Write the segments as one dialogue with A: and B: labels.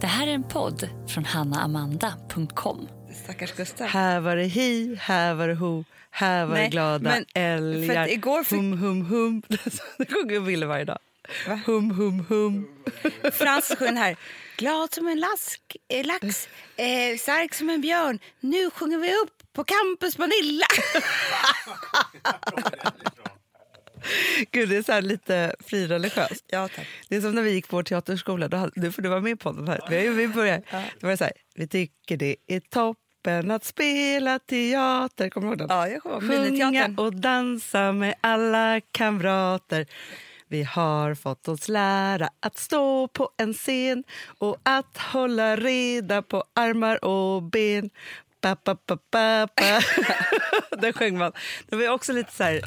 A: Det här är en podd från hannaamanda.com.
B: Stackars Gustav.
C: Här var det hi, här var det ho, här var det
B: Nej,
C: glada
B: men-
C: älgar.
B: för att igår fick-
C: Hum, hum, hum. Det sjunger Wille varje dag.
B: Va?
C: Hum, hum, hum.
B: Frans sjöng den här. Glad som en lask, eh, lax, eh, stark som en björn. Nu sjunger vi upp på Campus Manilla.
C: Gud, det är så här lite frireligiöst.
B: Ja, tack.
C: Det är som när vi gick på vår teaterskola. Då, hade- nu får du vara med på den här. Vi, vi börjar. Då var det så här. Vi tycker det är toppen att spela teater. Kommer du ihåg den?
B: Ja, jag kommer ihåg.
C: Sjunga
B: Miniteatern.
C: och dansa med alla kamrater. Vi har fått oss lära att stå på en scen och att hålla reda på armar och ben. Ba, ba, ba, ba, ba. Den sjöng man. Det var också lite så här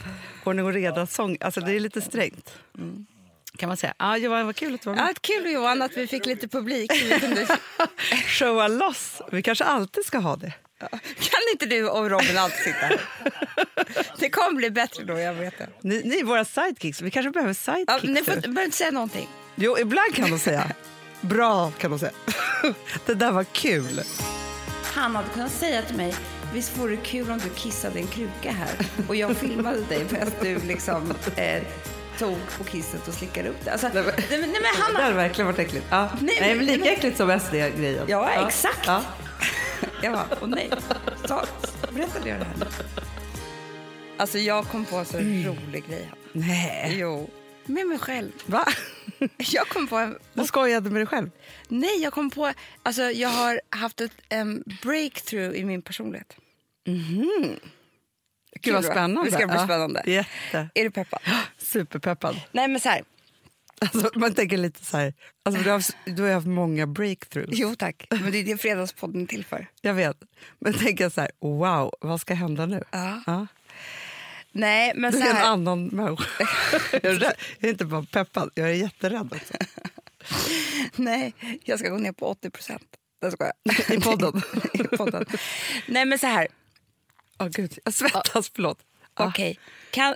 C: ordning och reda-sång. Alltså, det är lite strängt.
B: Mm.
C: Kan man säga. Ja, Johan, vad kul att du var med.
B: Ja, kul Johan att vi fick lite publik. Vi kunde...
C: Showa loss. Vi kanske alltid ska ha det.
B: Kan inte du och Robin alltid sitta här? Det kommer bli bättre då, jag vet det.
C: Ni, ni är våra sidekicks. Vi kanske behöver sidekicks.
B: Ja, ni
C: nu.
B: får behöver inte säga någonting.
C: Jo, ibland kan de säga. Bra kan de säga. Det där var kul.
B: Han hade kunnat säga till mig, visst vore det kul om du kissade i en kruka här och jag filmade dig medan du liksom eh, tog på kisset och slickade upp det. Alltså, nej, men, nej, men
C: Det
B: han...
C: hade verkligen varit äckligt. Ja.
B: Nej,
C: Nej,
B: men-
C: men lika
B: nej, men-
C: äckligt som SD-grejen.
B: Ja, exakt. Jag bara, åh nej. Ta, berätta det här nu. Alltså jag kom på en så
C: Mm.
B: rolig grej, Hanna.
C: Nej.
B: Jo. Med mig själv.
C: Va?
B: Jag kom på en
C: Du skojade med dig själv?
B: Nej, jag kom på... Alltså, jag har haft ett en breakthrough i min personlighet.
C: Mhm. Gud, vad
B: va?
C: spännande.
B: Det ska bli
C: Ja.
B: spännande.
C: Jätte.
B: Är du peppad?
C: Superpeppad.
B: Nej, men så här.
C: Alltså, man tänker lite så här... Alltså, du, har haft, du har haft många breakthroughs.
B: Jo tack, men det är det Fredagspodden är till för.
C: Jag vet. Men tänker så här, wow, vad ska hända nu?
B: Ja.
C: Ja.
B: Nej, men
C: Du
B: så
C: är en
B: här.
C: annan människa. Jag är, rädd. jag är inte bara peppad, jag är jätterädd också.
B: Nej, jag ska gå ner på 80 procent. Där ska jag.
C: I podden.
B: I podden. Nej, men så här.
C: Åh Ah, gud, jag svettas, förlåt. Ah, Ja.
B: Okej, kan...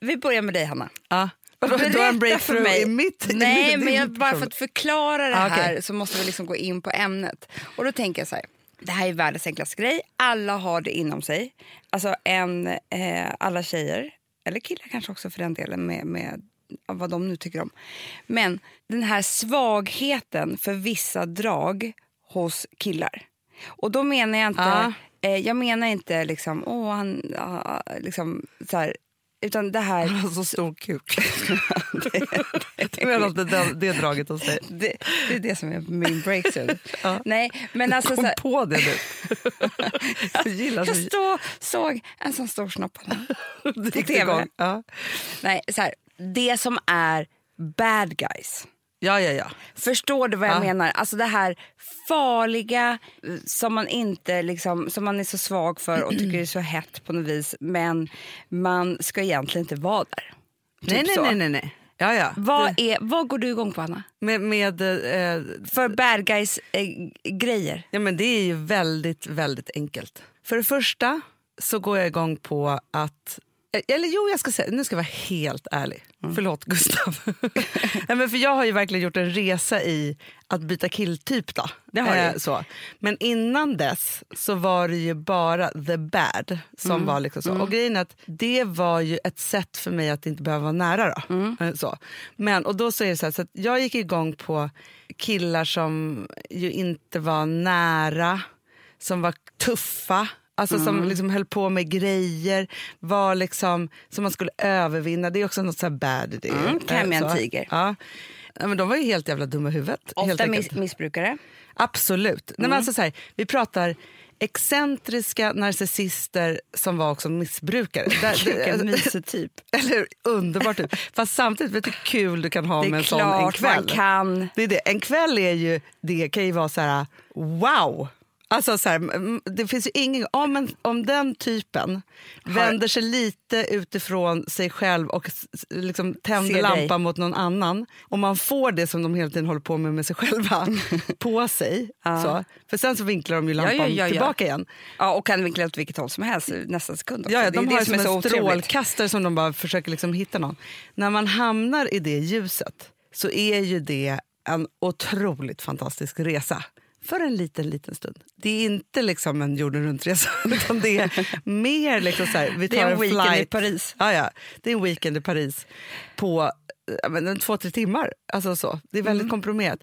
B: vi börjar med dig Hanna.
C: Ja. ah. Vadå, du har en breakthrough i mitt i
B: Nej,
C: min-
B: men
C: din
B: jag, bara för
C: person.
B: att förklara det
C: Ah, okej.
B: här så måste vi liksom gå in på ämnet. Och då tänker jag så här. Det här är världens enklaste grej. Alla har det inom sig. Alltså en, eh, alla tjejer, eller killar kanske också för den delen med, med av vad de nu tycker om. Men den här svagheten för vissa drag hos killar. Och då menar jag inte,
C: Ah.
B: eh, jag menar inte liksom, åh han, ah, liksom så här. Utan det här
C: Han har så stor kuk. Jag menar att det, det, det draget hos dig.
B: det, det är det som är min breakthrough.
C: Ja.
B: Nej, men alltså... Så
C: Kom
B: här,
C: på det nu. Jag gillar
B: jag
C: så
B: stå, såg en sån stor snopp.
C: det gick
B: TV.
C: igång. Ja.
B: Nej, så här, det som är bad guys.
C: ja, ja, ja.
B: Förstår du vad jag
C: Ja.
B: menar? Alltså det här farliga eh, som man inte liksom, som man är så svag för och tycker är så hett på något vis. Men man ska egentligen inte vara där. Typ
C: Nej,
B: så.
C: nej, nej, nej, nej. Ja, ja.
B: Vad, är, vad går du igång på, Anna?
C: Med, med, eh,
B: För bad eh, guys-grejer?
C: Ja, men det är ju väldigt, väldigt enkelt. För det första så går jag igång på att... Eller jo, jag ska säga, nu ska jag vara helt ärlig.
B: Mm.
C: Förlåt, Gustav. Nej, men för jag har ju verkligen gjort en resa i att byta killtyp. Då. Eh, Det
B: har du.
C: så. Men innan dess så var det ju bara the bad som
B: Mm.
C: var liksom så. Och grejen är att det var ju ett sätt för mig att inte behöva vara nära. Då.
B: Mm.
C: Eh, Så. Men, och då så är det så, här, så att jag gick igång på killar som ju inte var nära, som var tuffa. Alltså
B: Mm.
C: som liksom höll på med grejer, var liksom, som man skulle övervinna. Det är också något så här bad i det.
B: Mm, tämja en
C: Eh, så.
B: tiger.
C: Ja. Ja, men de var ju helt jävla dumma i huvudet. helt
B: Ofta
C: enkelt.
B: miss, missbrukare.
C: Absolut. Nej,
B: Mm.
C: men alltså så här, vi pratar excentriska narcissister som var också missbrukare. Där-
B: Vilken
C: alltså,
B: mysig typ.
C: Eller hur? Underbart. Typ. Fast samtidigt, vet du hur kul du kan ha
B: Det är
C: med en sån
B: klart
C: en
B: man
C: kväll?
B: kan.
C: Det är det. En kväll är ju, det kan ju vara så här, wow! Alltså så här, mm, det finns ju ingen, om, en, om den typen vänder sig lite utifrån sig själv och s- s- liksom
B: Ser dig.
C: tänder lampan mot någon annan och man får det som de hela tiden håller på med med sig själva på sig. Så. För sen så vinklar de ju
B: ja,
C: lampan
B: ja, ja.
C: tillbaka igen.
B: Ja, och kan vinkla åt vilket håll som helst i nästa sekund. också.
C: Ja, ja,
B: Det är
C: de
B: det
C: har som, en
B: otrevligt.
C: strålkastare som de bara försöker liksom hitta någon. När man hamnar i det ljuset så är ju det en otroligt fantastisk resa. För en liten, liten stund. Det är inte liksom en jorden runt-resa, utan det är mer liksom så här, vi tar
B: Det är en
C: en
B: weekend
C: flight.
B: i Paris.
C: Ja, ja. Det är en weekend i Paris på eh, ja, men en två, tre timmar. Alltså så. Det är
B: Mm.
C: väldigt komprimerat.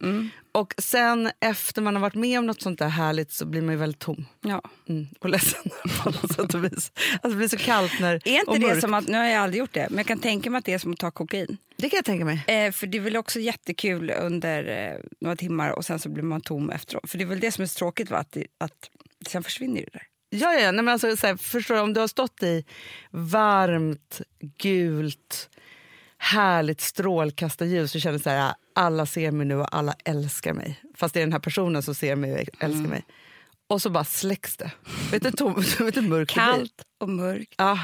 C: Och sen efter man har varit med om något sånt där härligt så blir man ju väldigt tom
B: Ja.
C: mm. och ledsen på något sätt och vis. Alltså det blir så kallt när,
B: Är inte
C: och
B: det
C: mörkt.
B: som att, nu har jag aldrig gjort det, men jag kan tänka mig att det är som att ta kokain.
C: Det kan jag tänka mig.
B: Eh, för det är väl också jättekul under eh, några timmar och sen så blir man tom efteråt. För det är väl det som är så tråkigt va, att, det- att sen försvinner det där.
C: Ja, ja, ja. Nej, men alltså, så här, förstår du, om du har stått i varmt, gult, härligt strålkastarljus och känner så här, alla ser mig nu och alla älskar mig. Fast det är den här personen som ser mig och älskar mig. Och så bara släcks det. Vet du tom, vet du hur mörkt det blir?
B: Kallt och mörkt.
C: Ja,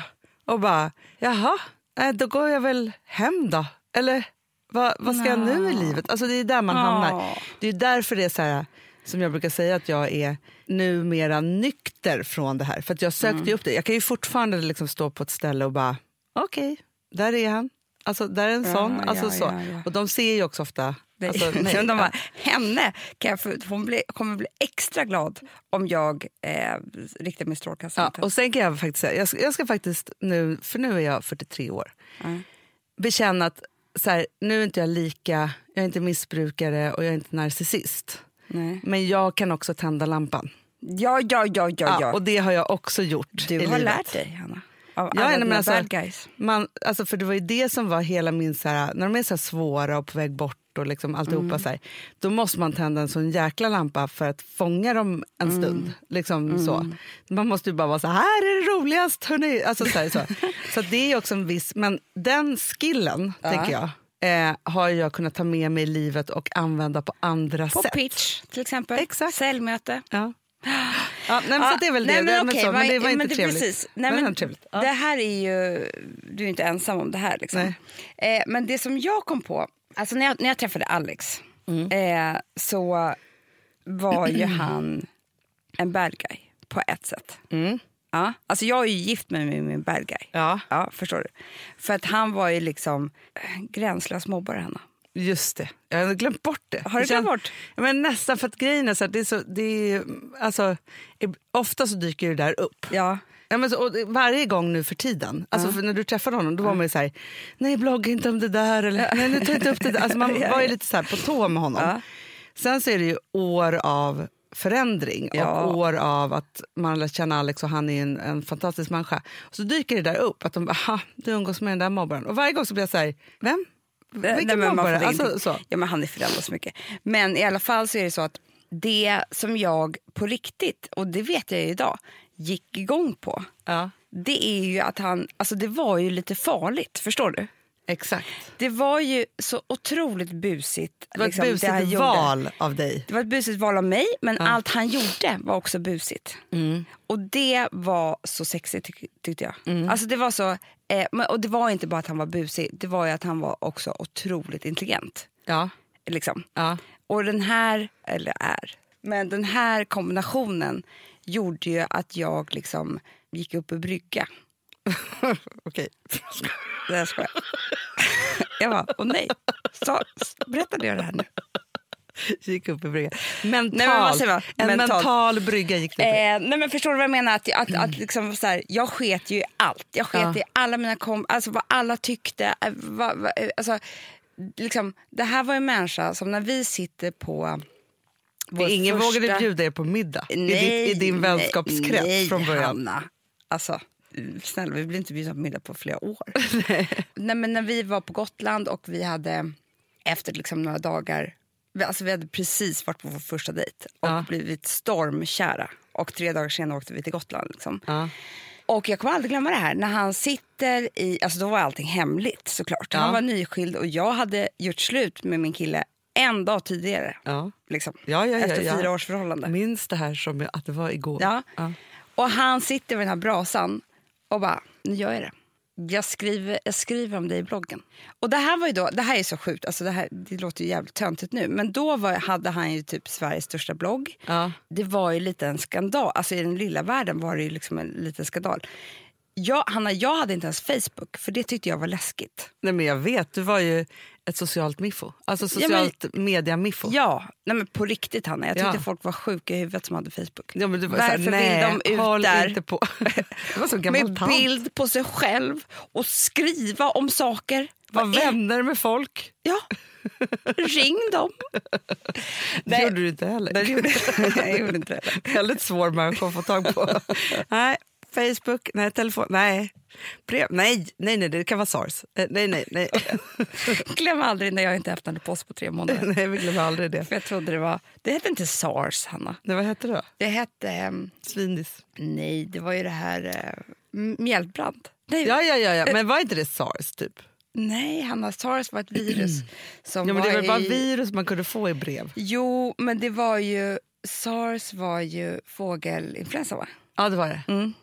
C: Ah, och bara, jaha, eh, då går jag väl hem då. Eller vad, vad ska jag nu i livet? Alltså det är där man
B: Ja.
C: hamnar. Det är därför det är så här, som jag brukar säga att jag är numera nykter från det här. För att jag sökte
B: Mm.
C: ju upp det. Jag kan ju fortfarande liksom stå på ett ställe och bara, okej, där är han. Alltså där är en
B: Ja,
C: sån.
B: ja,
C: Alltså, så.
B: ja, ja.
C: Och de ser ju också ofta,
B: Nej.
C: alltså, nej,
B: de
C: ja.
B: bara, henne kan jag få, ut. hon blir, kommer bli extra glad om jag eh, riktar min strålkastare
C: Ja,
B: mot henne.
C: och sen kan jag faktiskt säga, jag ska, jag ska faktiskt nu, för nu är jag 43 år,
B: Mm.
C: bekänna att så här, nu är inte jag lika, jag är inte missbrukare och jag är inte narcissist.
B: Nej.
C: Men jag kan också tända lampan.
B: Ja, ja, ja, ja, ja.
C: och det har jag också gjort
B: du
C: i
B: har
C: livet.
B: lärt dig, Hanna. Av
C: Ja,
B: alla
C: nej, men
B: dina
C: alltså-
B: bad guys.
C: Man, alltså för det var ju det som var hela min, så här, när de är så här svåra och på väg bort och liksom alltihopa
B: Mm.
C: så här, då måste man tända en sån jäkla lampa för att fånga dem en
B: Mm.
C: stund. Liksom så. Man måste ju bara vara så här, här är det roligast hörni. Alltså, så, här, så. så att det är också en viss, men den skillen tänker jag eh, har jag kunnat ta med mig i livet och använda på andra
B: På
C: sätt.
B: pitch, till exempel.
C: Exakt.
B: Säljmöte.
C: Ja. Ja, nej, men så
B: Ja,
C: att det är väl
B: nej,
C: det.
B: Men,
C: det,
B: okej,
C: så,
B: vad-
C: men det var
B: men
C: inte
B: det-
C: trevligt.
B: Precis. Nej,
C: Men det
B: men
C: var trevligt. Ja.
B: Det här är ju... Du är inte ensam om det här. Liksom. Eh, men det som jag kom på... Alltså när jag, när jag träffade Alex
C: Mm.
B: eh, så var ju han en bad guy på ett sätt. Ja, alltså jag är ju gift med min- min bad guy.
C: Mm. Ja.
B: Ja, förstår du? För att han var ju liksom eh, gränslös mobbare, Hanna.
C: Just det. Jag har glömt bort det.
B: Har du
C: Det kän-
B: glömt bort?
C: Ja, Men nästan, för att grejen är så att det är så... Det är, alltså, ib- ofta så dyker det där upp.
B: Ja.
C: Ja, men så, och det- varje gång nu för tiden, alltså för när du träffade honom, då var man ju så här, nej blogga inte om det där, eller nej nu tar jag inte upp det där. Alltså man var ju lite så här på tå med honom. Sen så är det ju år av förändring och
B: Ja.
C: år av att man har lärt känna Alex och han är en, en fantastisk människa. Och så dyker det där upp att de bara, "Aha, du umgås med den där mobbaren. Och varje gång så blir jag så här, vem?
B: Nej,
C: Vilken
B: men man
C: mobbare?
B: fattar
C: Alltså,
B: ingenting.
C: så.
B: Ja, men han är föräldrad så mycket. Men i alla fall så är det så att det som jag på riktigt, och det vet jag ju idag, gick igång på.
C: Ja,
B: Det är ju att han, alltså det var ju lite farligt, förstår du?
C: exakt.
B: Det var ju så otroligt busigt.
C: Det var
B: liksom,
C: ett
B: han
C: busigt
B: gjorde.
C: val av dig.
B: Det var ett busigt val av mig, men allt han gjorde var också busigt. Och det var så sexigt tyck- tyckte jag. Alltså det var så, eh, men- och det var inte bara att han var busig, det var ju att han var också otroligt intelligent.
C: Ja,
B: Liksom.
C: ja.
B: Och den här, eller är, men den här kombinationen gjorde ju att jag liksom gick upp i brygga.
C: okej.
B: Det här skojar jag. Jag bara, åh nej, så, berättade jag det här nu?
C: Gick upp i brygga. Mentalt.
B: men vad säger man?
C: En mental,
B: Mentalt.
C: brygga gick det upp i.
B: Eh, nej men förstår du vad jag menar? Att, att, att liksom så här, jag sket ju i allt. Jag sket
C: Ja.
B: i alla mina kom alltså vad alla tyckte. eh, Vad, vad, eh, alltså, liksom, det här var ju en människa som när vi sitter på vår
C: Och ingen
B: första-
C: vågade bjuda er på middag i, ditt, i din vänskapskrets
B: nej,
C: från början.
B: Hanna. Alltså, snälla, vi blev inte bjudna på middag på flera år. nej, men när vi var på Gotland och vi hade efter liksom några dagar... vi- Alltså vi hade precis varit på vår första dejt och
C: Ja.
B: blivit stormkära. Och tre dagar senare åkte vi till Gotland. Liksom.
C: Ja.
B: Och jag kommer aldrig glömma det här. När han sitter i... Alltså då var allting hemligt såklart.
C: Ja.
B: Han var nyskild och jag hade gjort slut med min kille en dag tidigare.
C: Ja.
B: Liksom,
C: Ja, ja, ja,
B: efter
C: ja.
B: fyra års förhållande.
C: Minns det här som jag- att det var igår.
B: Ja. Och han sitter vid den här brasan och bara, nu gör jag det. Jag skriver, jag skriver om det i bloggen. Och det här var ju då, det här är så sjukt, alltså det, här, det låter ju jävligt töntigt nu, men då var, hade han ju typ Sveriges största blogg.
C: Ja.
B: Det var ju lite en skandal, alltså i den lilla världen var det ju liksom en liten skandal. Jag, Hanna, jag hade inte ens Facebook, för det tyckte jag var läskigt.
C: Nej, men jag vet, du var ju ett socialt miffo. Alltså
B: Ja, men-
C: socialt media-miffo.
B: Ja, nej men på riktigt Hanna. Jag tyckte
C: Ja.
B: folk var sjuka i huvudet som hade Facebook.
C: Ja, men du var
B: Varför
C: såhär,
B: vill
C: nej,
B: de ut
C: håll
B: där?
C: inte på. Det var så gammal
B: Med
C: tant.
B: bild på sig själv och skriva om saker.
C: Var
B: Vad är-
C: vänner med folk.
B: Ja. Ring dem.
C: Det gjorde du inte heller.
B: Nej, jag gjorde, nej, jag gjorde inte det.
C: Väldigt svår människa att få tag på. nej, Facebook, nej, telefon, nej. Brev, nej, nej, nej, det kan vara sars. Eh, Nej, nej, nej.
B: Glöm aldrig när jag inte öppnade post på tre månader.
C: nej vi glömmer aldrig det.
B: För jag trodde det var... Det hette inte sars, Hanna.
C: Nej, vad hette det då?
B: Det hette... ehm,
C: Svinis.
B: nej, det var ju det här... Eh, m- mjältbrand. Nej,
C: Ja, ja, ja, ja, men var inte det sars typ?
B: nej, Hanna. Sars var ett virus som
C: Ja, men
B: var
C: det var
B: i...
C: bara virus man kunde få i brev.
B: Jo, men det var ju... Sars var ju fågelinfluensa, va?
C: Ja, det var det.
B: Mm.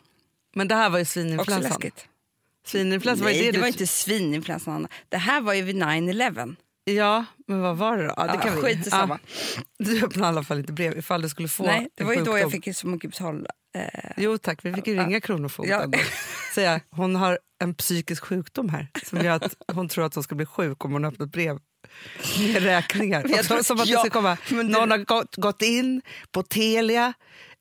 C: Men det här var ju
B: Också
C: svininfluensan.
B: läskigt.
C: Svininfluensan var ju
B: Nej,
C: det,
B: det
C: du-
B: var inte svininfluensan, Anna. Det här var ju vid 9-11.
C: Ja, men vad var det då? Ja, det
B: Ja,
C: kan vi-
B: skit i samma.
C: Du öppnade i alla fall inte brev ifall du skulle få
B: Nej, det
C: en
B: var ju då
C: sjukdom.
B: jag fick så mycket betala. Eh,
C: Jo tack, vi fick ju ringa kronofogden.
B: Ja.
C: och Säga, hon har en psykisk sjukdom här som gör att hon tror att hon ska bli sjuk om hon öppnar ett brev med räkningar.
B: jag tror-
C: som att det
B: ja,
C: ska komma,
B: men
C: någon har gått, gått in på Telia,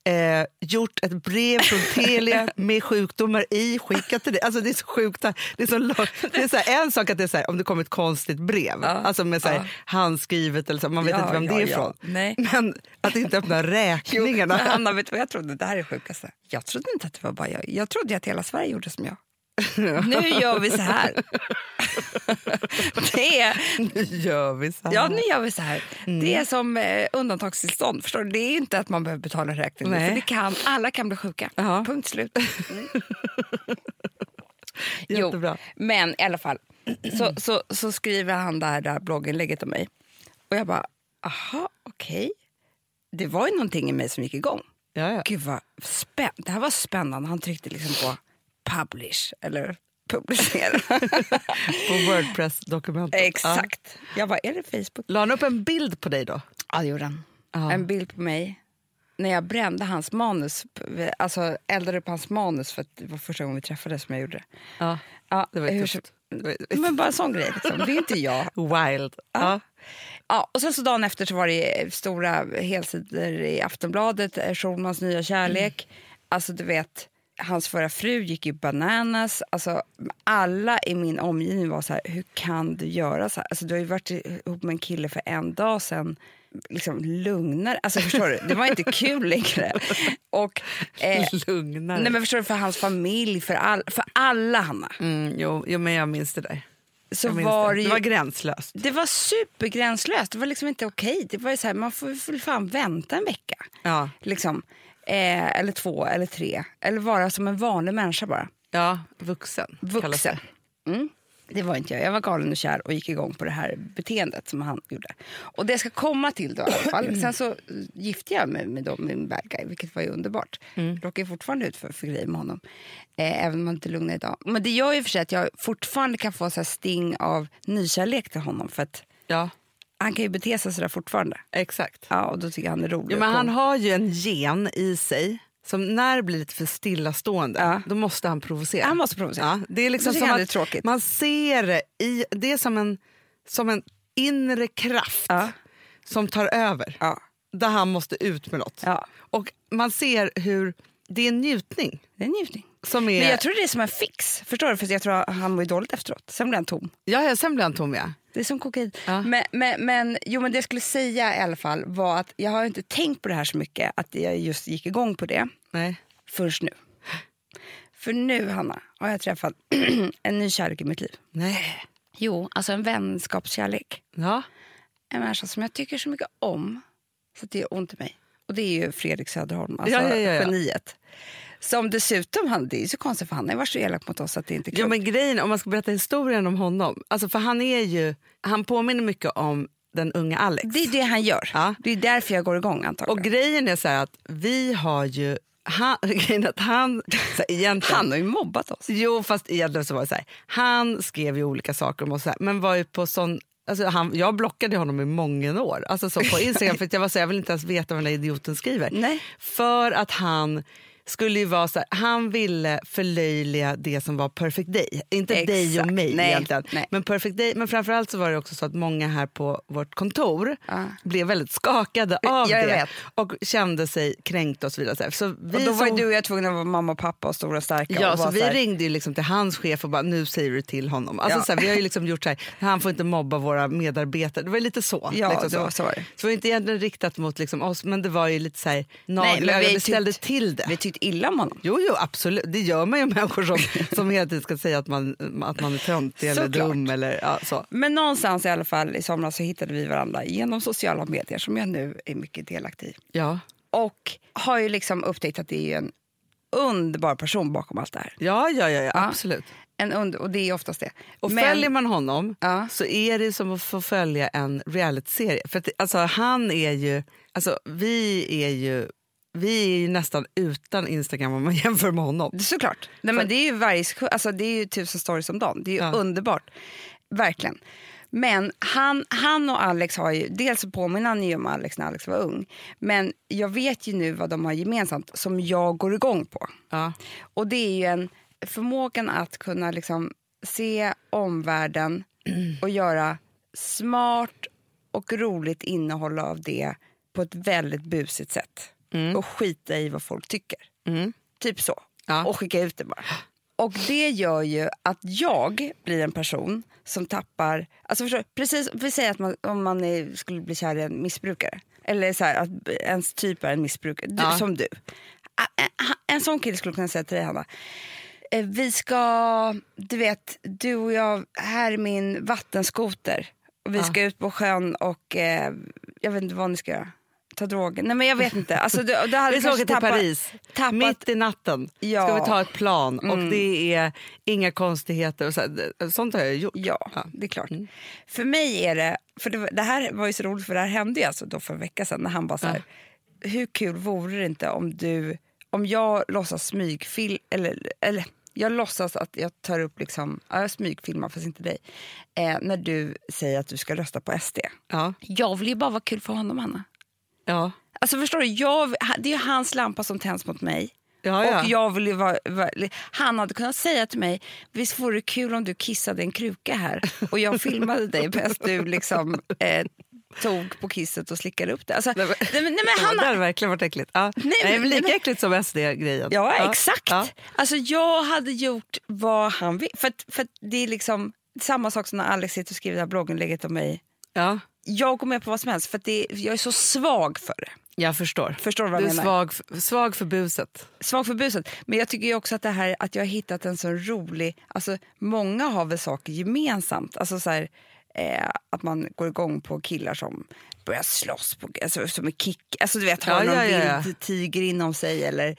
C: eh, gjort ett brev från Telia med sjukdomar i, skickat till dig. Alltså det är så sjukt. här. Det är så långt. det är så här, en sak att det är så här, om det kommer ett konstigt brev,
B: Ja,
C: alltså med så här,
B: ja.
C: handskrivet eller så, man vet
B: Ja,
C: inte vem
B: ja,
C: det är
B: ja.
C: ifrån.
B: Nej.
C: Men att inte öppna
B: jo, men
C: räkningarna.
B: Anna, vet du vad jag trodde? Det här är det sjukaste. Jag trodde inte att det var bara jag. Jag trodde ju att hela Sverige gjorde som jag. Nu gör vi så här. Det är,
C: Nu gör vi så här.
B: ja, nu gör vi så här. Det är som eh, undantagstillstånd. Förstår du? Det är inte att man behöver betala räkningen.
C: Nej.
B: För det kan, alla kan bli sjuka.
C: Ja.
B: Punkt slut.
C: Jättebra.
B: Jo, men i alla fall, så, så, så skriver han det här, det här blogginlägget om mig. Och jag bara, aha, okej. Det var ju någonting i mig som gick igång.
C: Ja, ja.
B: Gud vad spän- det här var spännande. Han tryckte liksom på publish, eller publicera.
C: På Wordpress-dokumentet. Ja.
B: Exakt. Jag bara, är det Facebook?
C: La han upp en bild på dig då?
B: Ja, det gjorde han.
C: Ja.
B: En bild på mig när jag brände hans manus, alltså eldade upp hans manus för att det var första gången vi träffades som jag gjorde det.
C: Ja.
B: Ja,
C: Det var ju
B: hur
C: tufft. Det var ju-
B: som- Men bara en sån grej, liksom. det är ju inte jag.
C: Wild. Ja.
B: Ja, och sen så dagen efter så var det eh, stora helsidor i Aftonbladet, eh, Schulmans nya kärlek.
C: Mm.
B: Alltså du vet, hans förra fru gick ju bananas. Alltså alla i min omgivning var så här, hur kan du göra så här? Alltså du har ju varit ihop med en kille för en dag sen. Liksom lugnare, alltså förstår du? Det var inte kul längre. Och, eh,
C: Lugnare.
B: nej men förstår du, för hans familj, för, all, för alla Hanna.
C: mm, jo, jo, men jag minns det där.
B: Så
C: Jag minns
B: var
C: det.
B: det ju
C: det var gränslöst.
B: det var supergränslöst. Det var liksom inte okej. Det var ju så här, man får ju för fan vänta en vecka.
C: Ja.
B: Liksom. Eh, eller två, eller tre. Eller vara som en vanlig människa bara.
C: ja, vuxen. kallas
B: Vuxen.
C: det.
B: Mm. Det var inte jag. Jag var galen och kär och gick igång på det här beteendet som han gjorde. Och det jag ska komma till då i alla fall. Sen så eh, gifte jag mig med, då, min bad guy, vilket var ju underbart. Jag råkar ju fortfarande ut för, för grejer med honom. Eh, även om han inte är lugn idag. Men det gör ju för sig att jag fortfarande kan få så här sting av nykärlek till honom. För att
C: Ja,
B: han kan ju bete sig sådär fortfarande.
C: exakt.
B: Ja, och då tycker jag han är rolig.
C: Jo, men
B: och
C: han
B: cool.
C: har ju en gen i sig som när det blir lite för stillastående,
B: Ja.
C: då måste han provocera.
B: Han måste provocera.
C: Ja, det är liksom
B: Då tycker
C: som
B: han
C: att
B: det är tråkigt.
C: man ser det i, det är som en, som en inre kraft
B: Ja.
C: som tar över.
B: Ja.
C: Där han måste ut med något.
B: Ja.
C: Och man ser hur det är en njutning
B: Det är en njutning.
C: som är...
B: Men jag tror det är som en fix. Förstår du? För jag tror han mår ju dåligt efteråt. Sen blir han tom.
C: ja, ja, sen blir han tom ja.
B: Det är som kokain.
C: Ja.
B: Men, men, men, jo, men det jag skulle säga i alla fall var att jag har inte tänkt på det här så mycket. Att jag just gick igång på det.
C: Nej.
B: Först nu. För nu, Hanna, har jag träffat en ny kärlek i mitt liv.
C: Nej.
B: Jo, alltså en vänskapskärlek.
C: Ja.
B: En människa som jag tycker så mycket om så att det gör ont i mig. Och det är ju Fredrik Söderholm, alltså
C: Ja, ja, ja, ja.
B: geniet. Som dessutom, han, det är ju så konstigt för han har ju varit så elak mot oss att det inte är
C: Ja,
B: klokt.
C: men grejen, om man ska berätta historien om honom, alltså för han är ju, han påminner mycket om den unga Alex.
B: Det är det han gör.
C: Ja.
B: Det är därför jag går igång
C: Och
B: antagligen.
C: grejen är så här att vi har ju, han, grejen är att han, så här, egentligen,
B: han har ju mobbat oss.
C: Jo, fast egentligen så var det så här. Han skrev ju olika saker om oss, så här, men var ju på sån... Alltså han, jag blockade honom i många år, alltså så på Instagram, för att jag var så här, jag vill inte ens veta vad den där idioten skriver.
B: Nej.
C: För att han skulle ju vara så här, han ville förlöjliga det som var Perfect Day. Inte
B: Exakt.
C: dig och mig
B: Nej,
C: egentligen.
B: nej.
C: Men Perfect Day, men framförallt så var det också så att många här på vårt kontor
B: Ja.
C: blev väldigt skakade av
B: jag
C: det
B: vet.
C: och kände sig kränkta och så vidare. Så här, Så vi
B: Och då var ju
C: som-
B: du och jag tvungna att vara mamma och pappa och stora och starka.
C: Ja,
B: och
C: så
B: vara
C: vi
B: här-
C: ringde ju liksom till hans chef och bara nu säger du till honom. Alltså,
B: Ja.
C: så här, vi har ju liksom gjort så här, han får inte mobba våra medarbetare. Det var ju lite så.
B: Ja,
C: liksom
B: det var så var det.
C: Så det var inte egentligen riktat mot liksom, oss men det var ju lite så här
B: men vi
C: nagelögat, vi
B: tyckte-
C: ställde till det.
B: Vi tyckte illa om honom.
C: Jo, jo, absolut. Det gör man ju människor som, som hela tiden ska säga att man, att man är töntig eller
B: Såklart.
C: dum. Eller, ja, så.
B: Men någonstans i alla fall i somras så hittade vi varandra genom sociala medier som jag nu är mycket delaktig i.
C: Ja.
B: Och har ju liksom upptäckt att det är ju en underbar person bakom allt det här.
C: Ja, ja, ja, ja, absolut.
B: En und- och det är oftast det.
C: Och
B: Men-
C: följer man honom
B: Ja.
C: så är det som att få följa en realityserie. För att, det- alltså, han är ju, alltså, vi är ju, vi är ju nästan utan Instagram om man jämför med honom.
B: Såklart. Nej, men det är ju varje sekund, alltså det är ju tusen stories om dagen. Det är ju
C: Ja.
B: underbart. Verkligen. Men han, han och Alex har ju, dels så påminner han ju om Alex när Alex var ung. Men jag vet ju nu vad de har gemensamt som jag går igång på.
C: Ja.
B: Och det är ju en förmågan att kunna liksom se omvärlden och göra smart och roligt innehåll av det på ett väldigt busigt sätt. Och skita i vad folk tycker. Typ så.
C: Ja.
B: Och skicka ut det bara. Och det gör ju att jag blir en person som tappar... Alltså förstår, du? precis, vi säger att man, om man är, skulle bli kär i en missbrukare. Eller så här, att ens typ är en missbrukare, du,
C: Ja.
B: som du. En, en sån kille skulle kunna säga till dig, Hanna. eh, Vi ska, du vet, du och jag, här är min vattenskoter. Och vi ska ut på sjön och eh, jag vet inte vad ni ska göra. Ta droger. Nej men jag vet inte. Alltså, du, du hade
C: Vi
B: kanske
C: ska åka till
B: tappat-
C: Paris,
B: tappat-
C: mitt i natten
B: Ja. Mm.
C: ska vi ta ett plan och det är inga konstigheter. Och så, här. sånt har jag gjort.
B: Ja, Mm. det är klart. För mig är det... För det, var- det här var ju så roligt, för det här hände ju alltså då för en vecka sedan när han bara så här... Hur kul vore det inte om du... Om jag låtsas smygfil... Eller, eller jag låtsas att jag tar upp liksom... Ja, jag smygfilmar, fast inte dig. Eh, när du säger att du ska rösta på SD.
C: Ja.
B: Jag vill ju bara vara kul för honom, Anna.
C: Ja.
B: Alltså förstår du, jag, det är ju hans lampa som tänds mot mig.
C: Ja, Ah, ja.
B: Och jag vill ju vara, vara, han hade kunnat säga till mig, visst vore det kul om du kissade i en kruka här och jag filmade dig medan du liksom eh, tog på kisset och slickade upp det. Alltså, nej,
C: Nej,
B: men,
C: men-
B: nej, men
C: Ja,
B: han,
C: det hade verkligen varit äckligt. Ja. Nej,
B: men-
C: men
B: nej,
C: lika
B: men-
C: äckligt som SD-grejen.
B: Ja, exakt.
C: Ja.
B: Alltså, jag hade gjort vad han vill. För, att- för att det är liksom samma sak som när Alex sitter och skriver det här blogginlägget om mig.
C: Ja.
B: Jag går med på vad som helst, för att det, jag är så svag för det.
C: Jag förstår.
B: Förstår du vad
C: Du
B: jag
C: är
B: menar?
C: svag, f- svag för buset.
B: svag för buset. Men jag tycker ju också att det här att jag har hittat en så rolig... Alltså många har väl saker gemensamt. Alltså så här, eh, att man går igång på killar som börjar slåss, på, alltså, som är kick... Alltså du vet, har
C: Ja,
B: någon
C: ja, ja, ja.
B: vild tiger inom sig eller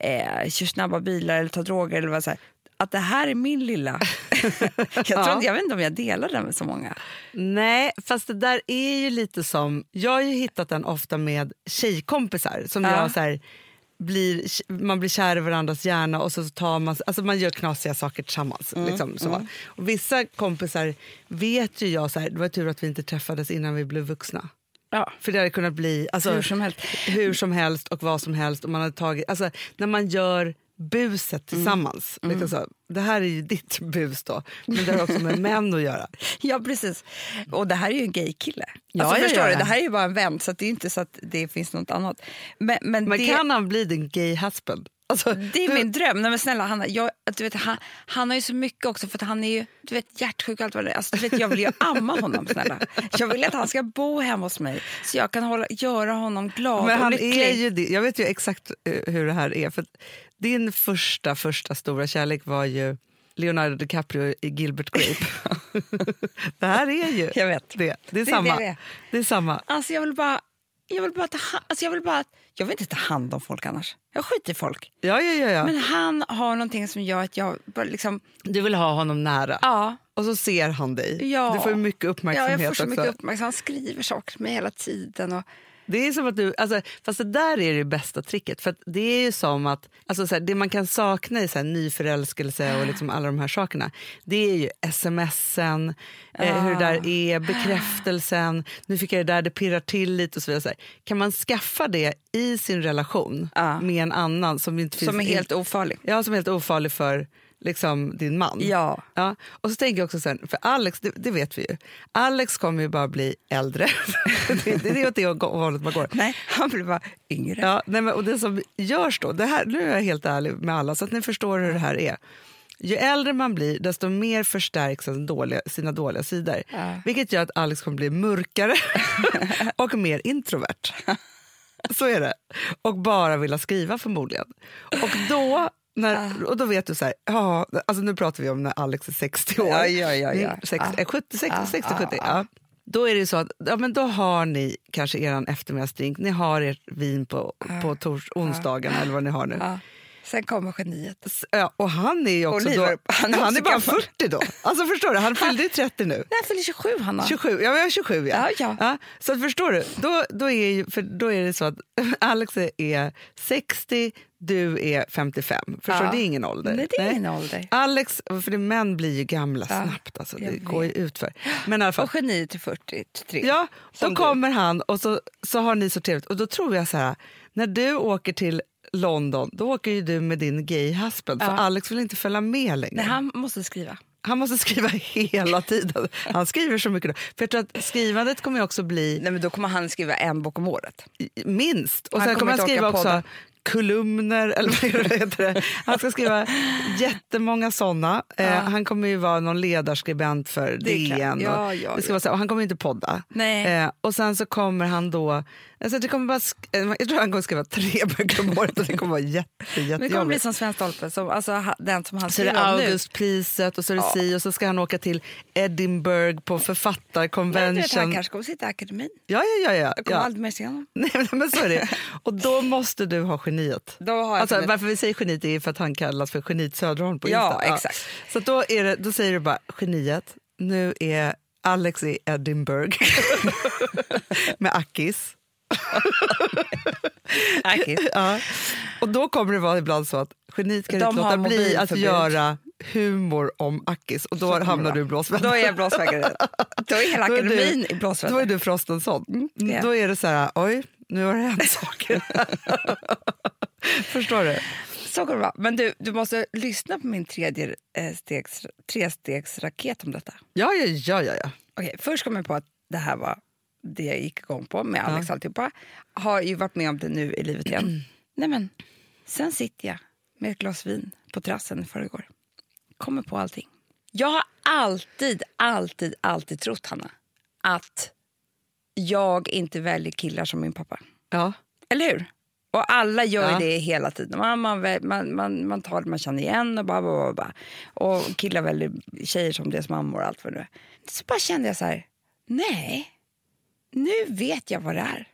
B: eh, kör snabba bilar eller tar droger eller vad så här. Att det här är min lilla... jag, tror
C: Ja.
B: inte, jag vet inte om jag delar den med så många.
C: Nej, fast det där är ju lite som... Jag har ju hittat den ofta med tjejkompisar. Som
B: Ja.
C: jag så här, blir, man blir kär i varandras hjärna och så tar man... Alltså man gör knasiga saker tillsammans.
B: Mm,
C: liksom, så. Och vissa kompisar vet ju jag... Så här, det var tur att vi inte träffades innan vi blev vuxna.
B: Ja.
C: För det hade kunnat bli alltså,
B: Hur som helst.
C: hur som helst och vad som helst. Och man hade tagit, alltså, när man gör
B: Mm.
C: buset tillsammans. Liksom så, det här är ju ditt bus då, men det har också med män att göra.
B: Ja, precis. Och det här är ju en gay-kille.
C: Ja,
B: alltså,
C: ja,
B: förstår
C: ja,
B: du?
C: ja.
B: Det här är ju bara en vän, så att det är ju inte så att det finns något annat. Men, men
C: Men
B: det, Mm.
C: kan han bli din gay husband? Alltså,
B: det är min dröm. Nej, men snälla, Hanna, jag, du vet, han, han har ju så mycket också, för att han är ju du vet, hjärtsjuk och allt vad det är. Alltså, du vet, jag vill ju amma honom, snälla. Jag vill att han ska bo hemma hos mig, så jag kan hålla, göra honom glad
C: men
B: och
C: han
B: lycklig.
C: är ju det. Jag vet ju exakt eh, hur det här är. För att din första, första stora kärlek var ju Leonardo DiCaprio i Gilbert Grape. det här är ju
B: Jag vet.
C: det. Det är
B: det
C: samma.
B: jag vet.
C: det är samma.
B: Alltså, jag vill bara... Jag vill, bara ta, ha- alltså jag, vill bara, jag vill inte ta hand om folk annars. Jag skiter i folk.
C: Ja, ja, ja, ja.
B: Men han har någonting som gör att jag bara liksom...
C: Du vill ha honom nära.
B: Ja,
C: Och så ser han dig.
B: Ja.
C: Du får ju mycket uppmärksamhet
B: Ja, jag får så
C: också.
B: mycket uppmärksamhet. Han skriver saker till mig hela tiden. Och
C: Det är som att du, alltså, fast det där är det bästa tricket. För att det är ju som att, alltså, så här, det man kan sakna i så här, nyförälskelse och liksom alla de här sakerna, det är ju smsen, eh, hur det
B: Ah.
C: där är, bekräftelsen, nu fick jag det där, det pirrar till lite och så vidare. Så här. Kan man skaffa det i sin relation
B: Ja.
C: med en annan som inte finns
B: Ah. Som är helt ofarlig.
C: Ja, som är helt ofarlig för liksom, din man.
B: Ja.
C: Ja, och så tänker jag också sen, för Alex, det, det vet vi ju, Alex kommer ju bara bli äldre. det, det är åt det gå- hållet man går.
B: Nej, han blir bara yngre.
C: Ja, nej, men, och det som görs då, det här, nu är jag helt ärlig med alla så att ni förstår hur det här är. Ju äldre man blir, desto mer förstärks hans dåliga, sina dåliga sidor.
B: Ja.
C: Vilket gör att Alex kommer bli mörkare och mer introvert. Så är det. Och bara vilja skriva förmodligen. Och då,
B: Ah.
C: när, och då vet du så här, ja, alltså nu pratar vi om när Alex är 60 år.
B: Ja, ja, ja, ja. Ah.
C: Mm, 60,
B: Ja.
C: eh, 70, 60,
B: Ja,
C: 60,
B: ja,
C: 70. Ja. Då är det så att ja, men då har ni kanske er eftermiddagsdrink, ni har ert vin på, på tors, onsdagen eller vad ni har nu.
B: Ja. Sen kommer geniet.
C: S- Ja, och han är ju också, då,
B: Oliver, han
C: han
B: är
C: är
B: också
C: bara
B: gammal.
C: 40 då. Alltså förstår du, han fyllde ju 30 nu.
B: Nej, han fyller 27, Hanna.
C: 27, ja, men jag är 27 ja.
B: Ja, ja.
C: så att förstår du, då, då, är ju, för då är det så att Alex är 60, du är 55. Förstår
B: Ja.
C: du, det är ingen ålder.
B: Nej, det är ingen ålder.
C: Alex, för det, män blir ju gamla snabbt, alltså,
B: jag
C: det
B: vet.
C: går ju utför. Men i alla fall,
B: Och geniet är 43.
C: Ja,
B: Som
C: då
B: du.
C: kommer han och så, så har ni så trevligt. Och då tror jag så här, när du åker till London, då åker ju du med din gay husband. För
B: Ja.
C: Alex vill inte följa med längre.
B: Nej, han måste skriva.
C: Han måste skriva hela tiden. Han skriver så mycket då. För jag tror att skrivandet kommer ju också bli
B: Nej, men då kommer han skriva en bok om året.
C: minst. Och
B: Han
C: sen
B: kommer
C: kommer han
B: inte
C: skriva
B: orka
C: också
B: podda.
C: kolumner, eller vad heter det? Han ska skriva jättemånga såna. Eh, han kommer ju vara någon ledarskribent för
B: Det är klart.
C: DN. och-
B: Ja, ja,
C: det ska
B: ja.
C: vara så här, och han kommer ju inte podda.
B: Nej.
C: Eh, och sen så kommer han då... Alltså det kommer bara sk- eh, jag tror han kommer skriva tre böcker om året och det kommer vara jätte,
B: Men det kommer bli
C: jättejobbigt.
B: som Sven Stolpe, som, alltså, ha- den som han
C: Så är det
B: skriver om nu.
C: Augustpriset och så är det
B: Ja.
C: si och så ska han åka till Edinburgh på
B: Men du vet, han
C: författarkonvention.
B: kanske kommer sitta i akademin.
C: Ja, ja, ja. ja.
B: Jag kommer
C: ja.
B: aldrig mer se honom.
C: Nej, men- men så är det. Och då måste du ha geniet.
B: Då har jag typ
C: Alltså,
B: geniet.
C: varför vi säger geniet är för att han kallas för geniet Söderholm på
B: Ja,
C: Insta.
B: exakt.
C: Så att då, är det, då säger du bara geniet, nu är Alex i Edinburgh med Akis. Ja. Och då kommer det vara ibland så att geniet kan
B: De
C: inte
B: har
C: låta bli att
B: mobilförbud.
C: göra humor om Akis och då
B: det
C: hamnar
B: vara.
C: du i blåsväder.
B: Då är jag blåsväder. Då är hela
C: Då är du-
B: akademin i
C: Då är
B: blåsväder.
C: du Frostenson.
B: det är jag.
C: Då är det så här, oj, nu har det hänt saker. Förstår du?
B: Så kommer det vara. Men du, du måste lyssna på min tredje eh, stegs, trestegsraket om detta.
C: Ja, ja, ja, ja. ja.
B: Okej, först kom jag på att det här var det jag gick igång på med Alex och alltihopa. Har ju varit med om det nu i livet igen. Nej men, sen sitter jag med ett glas vin på terrassen i förrgår. Kommer på allting. Jag har alltid, alltid, alltid trott, Hanna, att jag inte väljer killar som min pappa.
C: ja.
B: Eller hur? Och alla gör ju
C: Ja.
B: det hela tiden. Man, man, väl- man, man, man tar det man känner igen och bara, bara, bara, bara. Och killar väljer tjejer som deras mammor och allt vad det nu är. Så bara kände jag så här, nej, nu vet jag vad det är.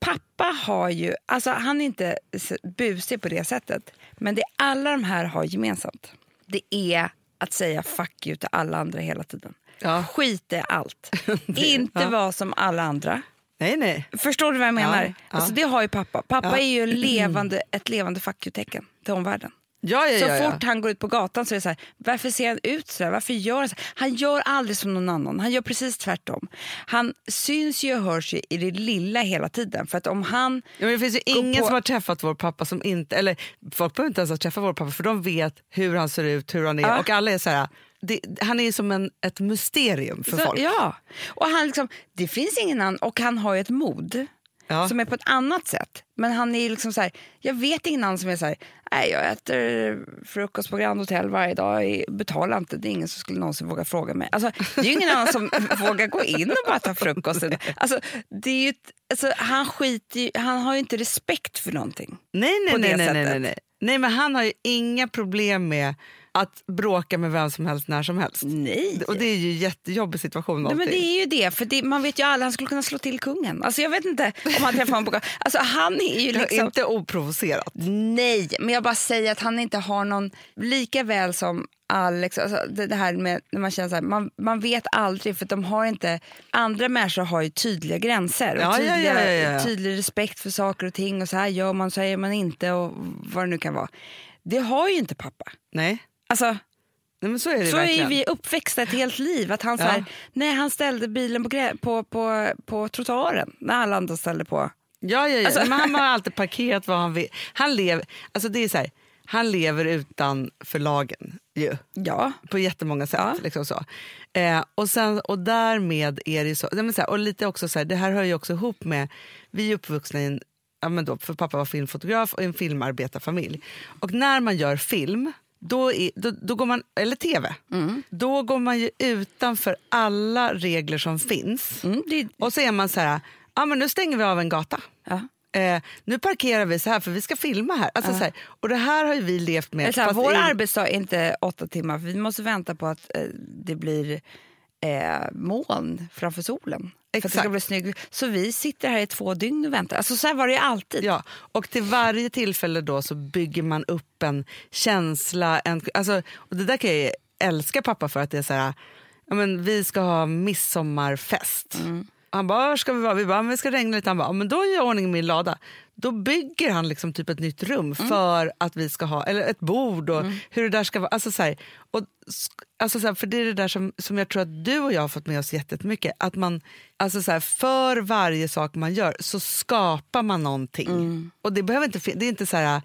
B: Pappa har ju, alltså han är inte s- busig på det sättet, men det alla de här har gemensamt, det är att säga fuck you till alla andra hela tiden.
C: Ja.
B: Skit i allt. inte vara som alla andra.
C: Nej, nej.
B: Förstår du vad jag menar?
C: Ja, ja.
B: Alltså, det har ju pappa. Pappa
C: Ja.
B: är ju en levande, ett levande fuck you-tecken till omvärlden.
C: Ja, ja,
B: Så
C: ja,
B: fort han går ut på gatan så är det så här, varför ser han ut så här? Varför gör han så här? Han gör aldrig som någon annan, han gör precis tvärtom. Han syns ju och hörs ju i det lilla hela tiden. För att om han...
C: Ja, men det finns ju
B: Gå
C: ingen
B: på-
C: som har träffat vår pappa som inte... Eller folk behöver inte ens ha träffat vår pappa för de vet hur han ser ut, hur han är.
B: Ja.
C: Och alla är så här... Det, han är ju som en, ett mysterium för
B: så,
C: folk.
B: ja, och han liksom, det finns ingen annan, och han har ju ett mod.
C: Ja.
B: Som är på ett annat sätt. Men han är ju liksom så här, jag vet ingen annan som är så här, nej jag äter frukost på Grand Hotel varje dag, jag betalar inte, det är ingen som skulle någonsin våga fråga mig. Alltså, det är ju ingen annan som vågar gå in och bara ta frukosten. Alltså, det är ju ett, alltså, han, skiter ju, han har ju inte respekt för någonting.
C: Nej, nej,
B: på
C: nej,
B: det
C: nej, nej,
B: sättet.
C: nej, nej. Nej, men han har ju inga problem med att bråka med vem som helst när som helst.
B: Nej.
C: Och det är ju en jättejobbig situation
B: Nej,
C: alltid.
B: men det är ju det, för det, man vet ju alla, han skulle kunna slå till kungen. Alltså jag vet inte om han träffar honom på gatan. Alltså han är ju
C: Ja,
B: liksom...
C: Inte oprovocerat.
B: Nej, men jag bara säger att han inte har någon, lika väl som Alex, alltså det, det här med när man känner så här, man, man vet aldrig för de har inte, andra människor har ju tydliga gränser och
C: Ja, ja, ja,
B: tydliga,
C: ja, ja.
B: tydlig respekt för saker och ting och så här gör man, så här gör man inte och vad det nu kan vara. Det har ju inte pappa.
C: Nej.
B: Alltså,
C: Nej, men så är det
B: så är
C: verkligen.
B: ju vi uppväxta ett helt liv. Att han, så här,
C: Ja.
B: nej, han ställde bilen på, grä- på, på, på trottoaren när alla andra ställde på.
C: Ja, ja, ja.
B: Alltså-
C: Men han har alltid parkerat vad han vill. Han, lev, alltså det är så här, han lever utanför lagen ju.
B: Ja.
C: På jättemånga sätt. Liksom så. Eh, och, sen, och därmed är det ju så, nej, men så här, och lite också så här, det här hör ju också ihop med, vi är uppvuxna i en, ja, men då, för pappa var filmfotograf och en filmarbetarfamilj. Och när man gör film, då är, då, då går man, eller tv,
B: Mm.
C: då går man ju utanför alla regler som finns.
B: Mm, det,
C: Och så är man så här, ah, men nu stänger vi av en gata.
B: ja.
C: Eh, nu parkerar vi så här för vi ska filma här. Alltså, så här och det här har ju vi levt med.
B: Eller Så här,
C: fast
B: vår
C: i-
B: arbetsdag är inte åtta timmar för vi måste vänta på att eh, det blir eh, moln framför solen. För att det ska
C: Exakt.
B: bli snygg. Så vi sitter här i två dygn och väntar. Alltså, så här var det ju alltid.
C: Ja, och till varje tillfälle då så bygger man upp en känsla. En, alltså, och det där kan jag ju älska pappa för att det är så här, ja, men vi ska ha midsommarfest.
B: Mm.
C: Han bara, var ska vi vara? Vi bara, "Ja, men det ska regna lite. Han bara, "Ja, men då gör jag ordning i min lada. Då bygger han liksom typ ett nytt
B: Mm.
C: rum för att vi ska ha, eller ett bord och hur det där ska vara. Alltså så här, och, sk- alltså så här, för det är det där som, som jag tror att du och jag har fått med oss jättemycket. Att man, alltså så här, för varje sak man gör så skapar man någonting.
B: Mm.
C: Och det behöver inte, fin- det är inte så här,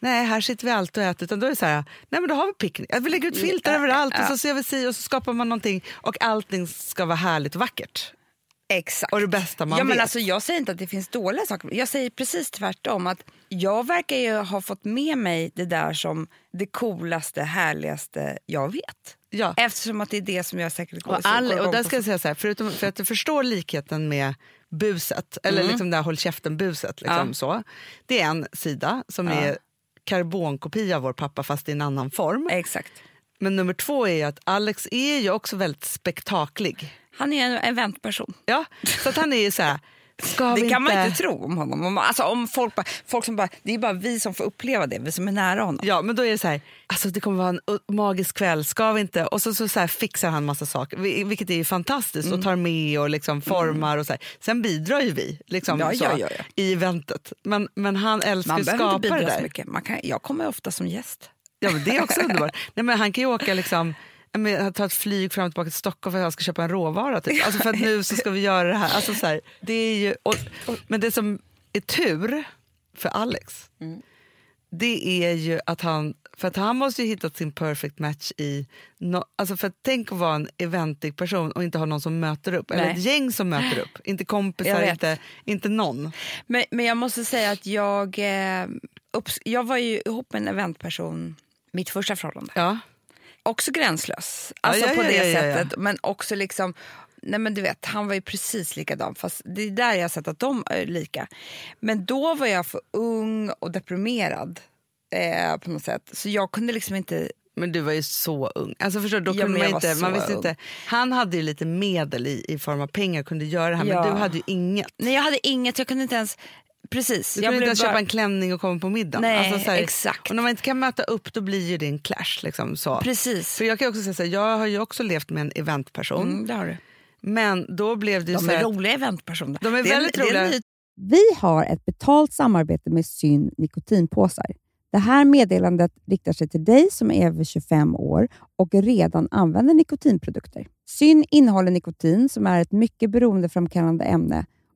C: nej här sitter vi alltid och äter, utan då är det så här, nej men då har vi picknick. Att Vi lägger ut filtar överallt och så ser vi si och så skapar man någonting och allting ska vara härligt och vackert.
B: Exakt.
C: Och det bästa man
B: ja, men
C: vet.
B: alltså, jag säger inte att det finns dåliga saker. Jag säger precis tvärtom. Att jag verkar ju ha fått med mig det där som det coolaste, härligaste jag vet.
C: Ja.
B: Eftersom att det är det som jag säkert går
C: Och,
B: så-
C: all,
B: går
C: och där
B: igång
C: ska jag säga så här, förutom för att du förstår likheten med buset, eller liksom det här håll käften-buset, liksom
B: Mm. Ja.
C: så. det är en sida som är karbonkopia av vår pappa fast i en annan form.
B: på. Exakt.
C: Men nummer två är ju att Alex är ju också väldigt spektaklig.
B: Han är en eventperson.
C: Ja, så att han är ju så här, ska
B: Det
C: vi
B: kan
C: inte...
B: man inte tro om honom. Om, alltså, om folk, bara, folk som bara, det är bara vi som får uppleva det, vi som är nära honom.
C: Ja, men då är det så här, alltså det kommer vara en o- magisk kväll, ska vi inte? Och så, så, så här fixar han massa saker, vi- vilket är ju fantastiskt,
B: Mm.
C: och tar med och liksom formar och så här. Sen bidrar ju vi liksom,
B: Ja,
C: så,
B: ja, ja, ja.
C: i eventet. Men, men han älskar
B: Man
C: ju att
B: behöver
C: skapa
B: inte
C: det
B: bidra så
C: där.
B: mycket. Man kan, jag kommer ofta som gäst.
C: Ja, men det är också underbart. Nej, men han kan ju åka liksom jag menar, ta ett flyg fram och tillbaka till Stockholm för att jag ska köpa en råvara. Typ. Alltså för att nu så ska vi göra det här. Alltså så här det är ju, och, och, men det som är tur för Alex,
B: Mm.
C: det är ju att han... För att han måste ju hitta sin perfect match i... No, alltså för att tänk att vara en eventig person och inte ha någon som möter upp. Eller
B: Nej.
C: ett gäng som möter upp. Inte
B: Jag
C: kompisar,
B: vet.
C: inte, inte någon.
B: Men, men jag måste säga att jag... Eh, upps- jag var ju ihop med en eventperson mitt första förhållande.
C: Ja.
B: Också gränslös, alltså
C: Ja, ja,
B: på
C: ja,
B: det
C: ja, ja, ja.
B: sättet. Men också liksom... Nej men du vet, han var ju precis likadan. Fast det är där jag har sett att de är lika. Men då var jag för ung och deprimerad eh, på något sätt. Så jag kunde liksom inte...
C: Men du var ju så ung. Alltså förstår, du, då
B: Ja,
C: kunde
B: men
C: man
B: jag var
C: inte, man
B: så
C: visste
B: ung.
C: inte. Han hade ju lite medel i, i form av pengar och kunde göra det här,
B: Ja.
C: men du hade ju inget.
B: Nej jag hade inget, jag kunde inte ens... Precis.
C: Du
B: jag
C: kunde inte
B: blev
C: ens
B: bara-
C: köpa en klänning och komma på middag.
B: Nej,
C: Alltså, så här-
B: exakt.
C: Och när man inte kan möta upp då blir ju det en clash. Liksom, så.
B: Precis.
C: För jag kan ju också säga så här, jag har ju också levt med en eventperson.
B: Mm, det har du.
C: Men då blev det ju
B: De
C: så
B: är
C: här,
B: roliga eventpersoner.
C: De är
B: Det en-
C: väldigt
B: det är en
C: roliga.
B: ny
D: Vi har ett betalt samarbete med Syn nikotinpåsar. Det här meddelandet riktar sig till dig som är över 25 år och redan använder nikotinprodukter. Syn innehåller nikotin som är ett mycket beroendeframkallande ämne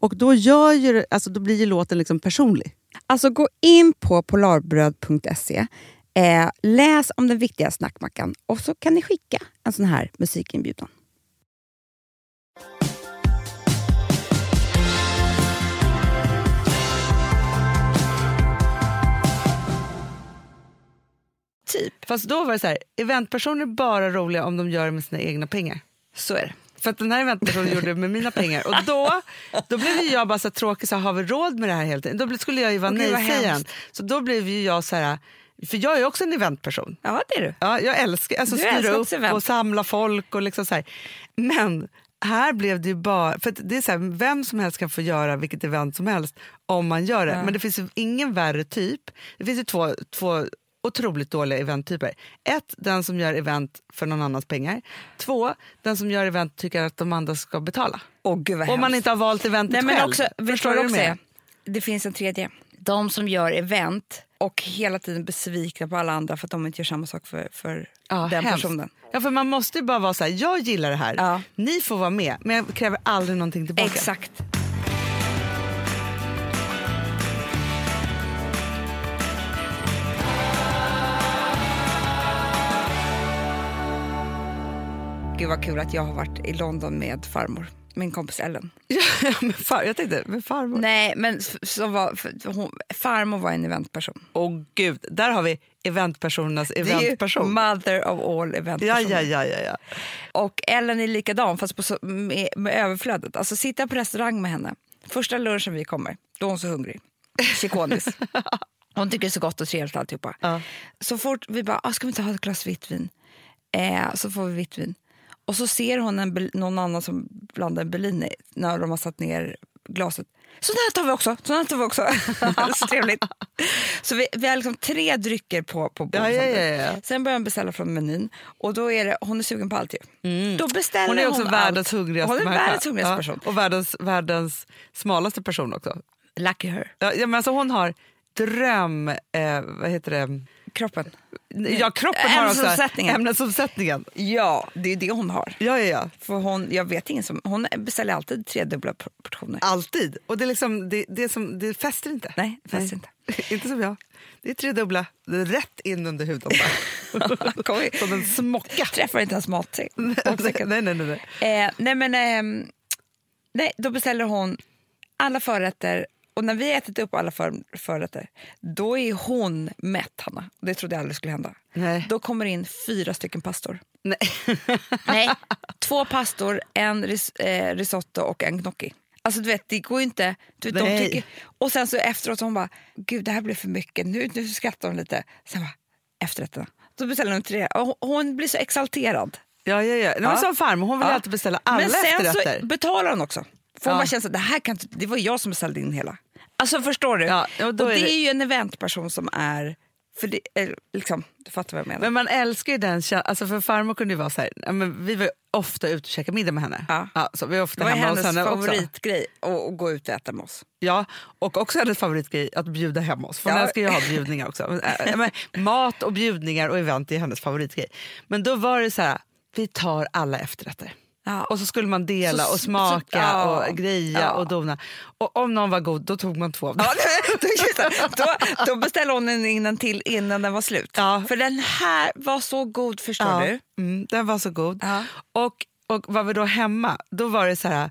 C: Och då, gör ju, det- alltså, då blir ju låten liksom personlig.
B: Alltså gå in på polarbröd.se, eh, läs om den viktiga snackmackan och så kan ni skicka en sån här musikinbjudan.
E: Typ,
F: Fast då var det så här, eventpersoner är bara roliga om de gör det med sina egna pengar.
E: så är det.
F: För att den här eventpersonen gjorde det med mina pengar. Och då, då blev ju jag bara så här tråkig, så här, har vi råd med det här hela tiden? Då bli- skulle jag ju vara
E: Åh, gud, vad
F: nej-sägaren.
E: hemskt.
F: Så då blev ju jag så här, för jag är ju också en eventperson.
E: Ja, det är du.
F: Ja, jag älskar alltså,
E: Du
F: styra
E: älskar
F: upp
E: också event.
F: och samla folk. och liksom så här. Men här blev det ju bara... För att det är så här, vem som helst kan få göra vilket event som helst om man gör det. Men det finns ju ingen värre typ. Det finns ju två, två otroligt dåliga eventtyper. Ett, den som gör event för någon annans pengar. Två, den som gör event tycker att de andra ska betala.
E: Åh, gud vad
F: Om man
E: hemskt.
F: inte har valt eventet
E: Nej, men
F: själv.
E: också,
F: Förstår
E: förstår
F: du
E: du också
F: mer?
E: är? Det finns en tredje. De som gör event och hela tiden besvikna på alla andra för att de inte gör samma sak för, för
F: Ja,
E: den
F: hemskt.
E: personen.
F: Ja, för man måste ju bara vara så här, jag gillar det här,
E: Ja.
F: ni får vara med, men jag kräver aldrig någonting tillbaka.
E: Exakt. Gud vad kul att jag har varit i London med farmor.
B: min kompis Ellen.
C: Ja, men far, jag tänkte, men farmor.
B: Nej, men s- som var, för hon, farmor var en eventperson.
C: Åh gud, där har vi eventpersonernas
B: Det är ju
C: eventperson.
B: mother of all eventpersoner.
C: Ja, ja, ja, ja, ja.
B: Och Ellen är likadan, fast på, så- med, med överflödet. Alltså sitta på restaurang med henne. Första lunchen vi kommer, då är hon så hungrig. Chikonis. Hon tycker det är så gott och trevligt alltihopa. Så fort vi bara, ah, ska vi inte ha ett glas vitt vin? Eh, så får vi vitt vin. Och så ser hon en, Bel- någon annan som blandar en Bellini när de har satt ner glaset. Så den här tar vi också! Så den här tar vi också. så trevligt. Så vi, vi har liksom tre drycker på, på bordet.
C: Ja, ja, ja,
B: samtidigt.
C: ja.
B: Sen börjar hon beställa från menyn. Och då är det, hon är sugen på allt ju. Då beställer
C: Mm. Hon är också
B: allt.
C: världens hungrigaste
B: Hon är
C: människa.
B: världens hungrigaste
C: Ja,
B: person.
C: Och världens, världens smalaste person också.
B: Lucky her.
C: Ja, ja, men alltså hon har dröm... Eh, vad heter det?
B: Kroppen.
C: Ja, kroppen har också
B: Ämnesomsättningen.
C: ämnesomsättningen.
B: Ja, det är det hon har.
C: Ja, ja, ja.
B: För hon, jag vet ingen som, hon beställer alltid tredubbla por- portioner.
C: Alltid. Och det, är liksom, det, det, är som, det fäster inte.
B: Nej, det fäster inte.
C: inte som jag. Det är tredubbla, rätt in under huden. bara.
B: Kom igen.
C: som en smocka.
B: Träffar inte ens mat.
C: nej, Alltså, nej, nej, nej.
B: Eh, nej, men... ehm, nej, då beställer hon alla förrätter. Och när vi har ätit upp alla för, förrätter, då är hon mätt, Hanna. Det trodde jag aldrig skulle hända.
C: Nej.
B: Då kommer det in fyra stycken pastor.
C: nej.
B: Nej, två pastor, en ris- eh, risotto och en gnocchi. Alltså du vet, det går ju inte. Du vet, de
C: Nej.
B: tycker, och sen så efteråt hon bara, gud det här blev för mycket. Nu, nu skrattar hon lite. Sen bara, efterrätterna. Då beställer hon tre. Och hon- hon blir så exalterad.
C: Ja, ja, ja. Nej,
B: Ja.
C: men som farmor, hon vill
B: Ja.
C: alltid beställa alla
B: Men sen
C: efterrätter.
B: så betalar hon också. Får hon
C: Ja.
B: bara känna att det här kan inte- det var jag som beställde in hela. Alltså förstår du?
C: Ja, och
B: och
C: då
B: det
C: är
B: är,
C: det-
B: ju en eventperson som är, för det, är liksom, du fattar vad jag menar.
C: Men man älskar ju den känslan. Alltså för farmor kunde ju vara så här, ja, men vi var ju ofta ute och käkade middag med henne.
B: Ja.
C: så vi var ofta
B: det var
C: hemma hos
B: hennes
C: henne också.
B: favoritgrej, att att gå ut och äta med oss.
C: Ja, och också hennes favoritgrej, att bjuda hem oss. För hon
B: Ja.
C: älskar ju att ha bjudningar också. Men, äh, men, mat och bjudningar och event är hennes favoritgrej. Men då var det så här, vi tar alla efterrätter.
B: Ja.
C: Och så skulle man dela
B: Så-
C: och smaka
B: så- ja.
C: och greja
B: Ja.
C: och dona. Och om någon var god, då tog man två av dem.
B: Ja, då, då, då beställde hon en innan till innan den var slut.
C: Ja.
B: För den här var så god förstår du.
C: Mm, den var så god.
B: Ja.
C: Och, och var vi då hemma, då var det så här,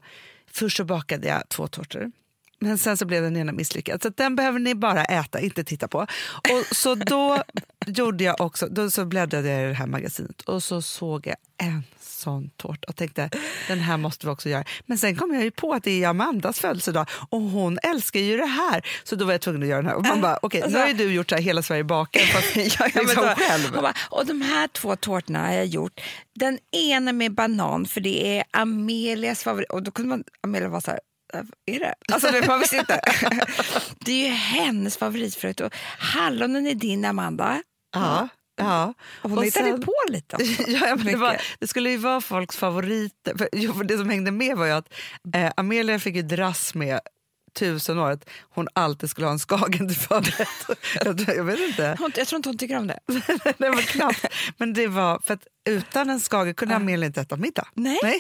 C: först så bakade jag två tårtor. Men sen så blev den ena misslyckad, så att den behöver ni bara äta, inte titta på. Och så då gjorde jag också, då så bläddrade jag i det här magasinet och så såg jag en sån tårta och tänkte den här måste vi också göra. Men sen kom jag ju på att det är Amandas födelsedag och hon älskar ju det här. Så då var jag tvungen att göra den här. Och man bara, okej nu har ju du gjort så här hela Sverige bakar fast
B: Äh, alltså- Ja, men
C: liksom
B: då-
C: själv.
B: hon bara, och de här två tårtorna har jag gjort. Den ena med banan, för det är Amelias favorit. Och då kunde man, Amelia var så här, "Äh, är det? Alltså det, man visste inte. det är ju hennes favoritfrukt. Och hallonen är din Amanda.
C: Ja, ja.
B: Hon
C: Och
B: hittade
C: sen-
B: på lite också.
C: ja, men det, var,
B: Mycket.
C: det skulle ju vara folks favoriter. För, jo, för det som hängde med var ju att eh, Amelia fick ju dras med tusen år att hon alltid skulle ha en skagen till förrätt. jag, tror- jag vet inte.
B: Hon, jag tror inte hon tycker om det.
C: det var knappt. Men det var för att utan en skagen kunde Amelia inte äta middag.
B: Nej.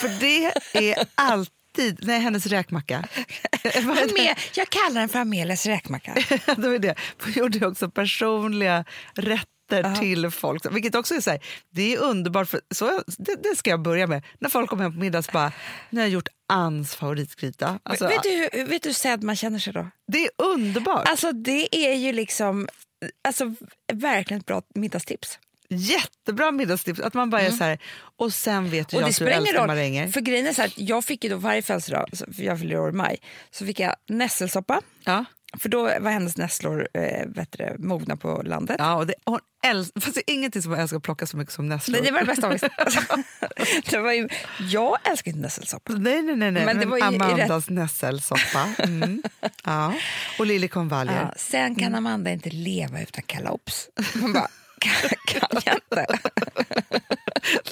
C: För det är alltid... Nej, hennes räkmacka.
B: Ame- jag kallar den för Amelias räkmacka.
C: det var det. Hon gjorde ju också personliga rätter till folk. Vilket också är så här, det är underbart, för så, det, det ska jag börja med. När folk kommer hem på middag så bara, nu har jag gjort Anns favoritgryta. Alltså,
B: vet, du, hur- vet du hur sedd man känner sig då?
C: Det är underbart.
B: Alltså det är ju liksom alltså, verkligen ett bra middagstips.
C: Jättebra middagstips. Att man bara är så här, och sen vet ju
B: Mm. Och
C: jag
B: det
C: att du
B: spelar ingen
C: älskar
B: roll,
C: maränger.
B: för grejen är så här, att jag fick ju då varje födelsedag, så- för jag fyller år i maj, så fick jag nässelsoppa.
C: Ja.
B: För då var hennes nässlor eh, vet du, det, mogna på landet.
C: Ja, och det, hon älskar, fast det är ingenting som jag älskar att plocka så mycket som nässlor.
B: Nej, det var det bästa av allt. det var ju, Jag älskar inte nässelsoppa.
C: Nej, nej, nej. nej.
B: Men det var ju i
C: Amandas nässelsoppa. Mm. Ja. Och liljekonvaljer.
B: Ja, sen
C: Mm.
B: kan Amanda inte leva utan kalops. Hon bara, kan, kan jag inte?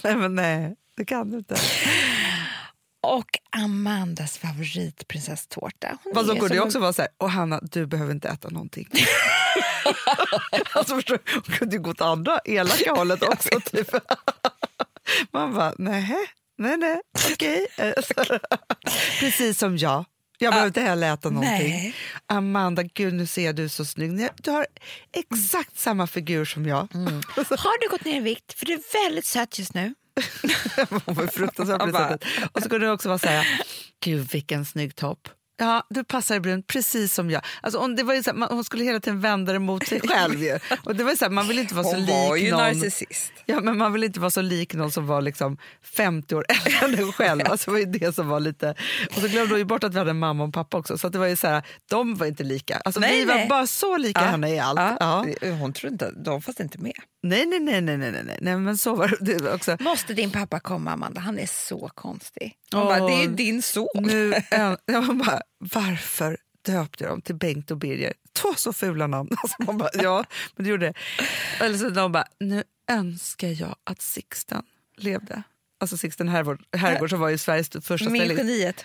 C: Nej, men nej, det kan du inte.
B: Och Amandas favoritprinsesstårta. Hon
C: Fast
B: är
C: då kunde
B: som
C: jag
B: en-
C: också vara så här, och Hanna, du behöver inte äta någonting. alltså förstår du, hon kunde ju gå åt andra elaka hållet också. Typ. Man bara, nej, nej, nej, okej. Precis som jag. Jag behöver inte heller äta någonting.
B: Ah, nej.
C: Amanda, gud nu ser du så snygg. Nej, Du har exakt samma figur som jag.
B: Mm. Har du gått ner i vikt? För du är väldigt söt just nu.
C: Hon var fruktansvärt presentet. Och så kunde det också vara så här, gud vilken snygg topp. Ja, du passar i brun precis som jag. Alltså hon, det var ju så här, man, hon skulle hela tiden vända det mot sig själv. Ju. Och det var ju så här, man vill inte vara så
B: Hon
C: Alltså, lik
B: var ju
C: någon.
B: narcissist.
C: Ja, men man vill inte vara så lik någon som var liksom 50 år äldre än en själv. Alltså, det var ju det som var lite... Och så glömde hon ju bort att vi hade en mamma och en pappa också. Så att det var ju så här, de var inte lika. Alltså,
B: Nej,
C: vi var
B: nej.
C: bara så lika henne i allt. Ja.
B: Hon tror inte, de fanns inte med.
C: Nej, nej, nej, nej, nej, nej, nej, nej, men så var det också.
B: Måste din pappa komma, Amanda? Han är så konstig. Hon bara,
C: Åh.
B: det är ju din son.
C: Nu, en, ja, man bara, varför döpte jag dem till Bengt och Birger? Två så fula namn. Alltså man bara, ja, men det gjorde det. Eller så de bara, nu önskar jag att Sixten levde. Alltså Sixten Herrgård, Herrgård som var ju Sveriges första
B: Med
C: ställning.
B: geniet.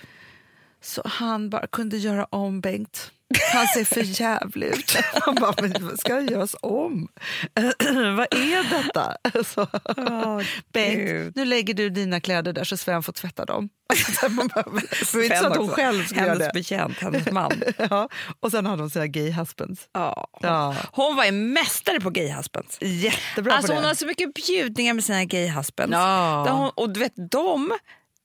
C: Så han bara kunde göra om Bengt. Han ser för jävlig ut. Man bara, men vad ska göras om? vad är detta? Alltså, Bengt,
B: Gud.
C: nu lägger du dina kläder där så Sven får tvätta dem. Alltså, man bara, det var inte så att hon själv skulle göra
B: hennes
C: det.
B: betjänt, hennes man.
C: Ja, och sen hade hon sina gay husbands.
B: Ja.
C: Ja.
B: Hon var en mästare på gay husbands.
C: Jättebra
B: Alltså
C: på
B: hon
C: det.
B: har så mycket bjudningar med sina gay husbands.
C: Ja.
B: Där Hon, och du vet, de...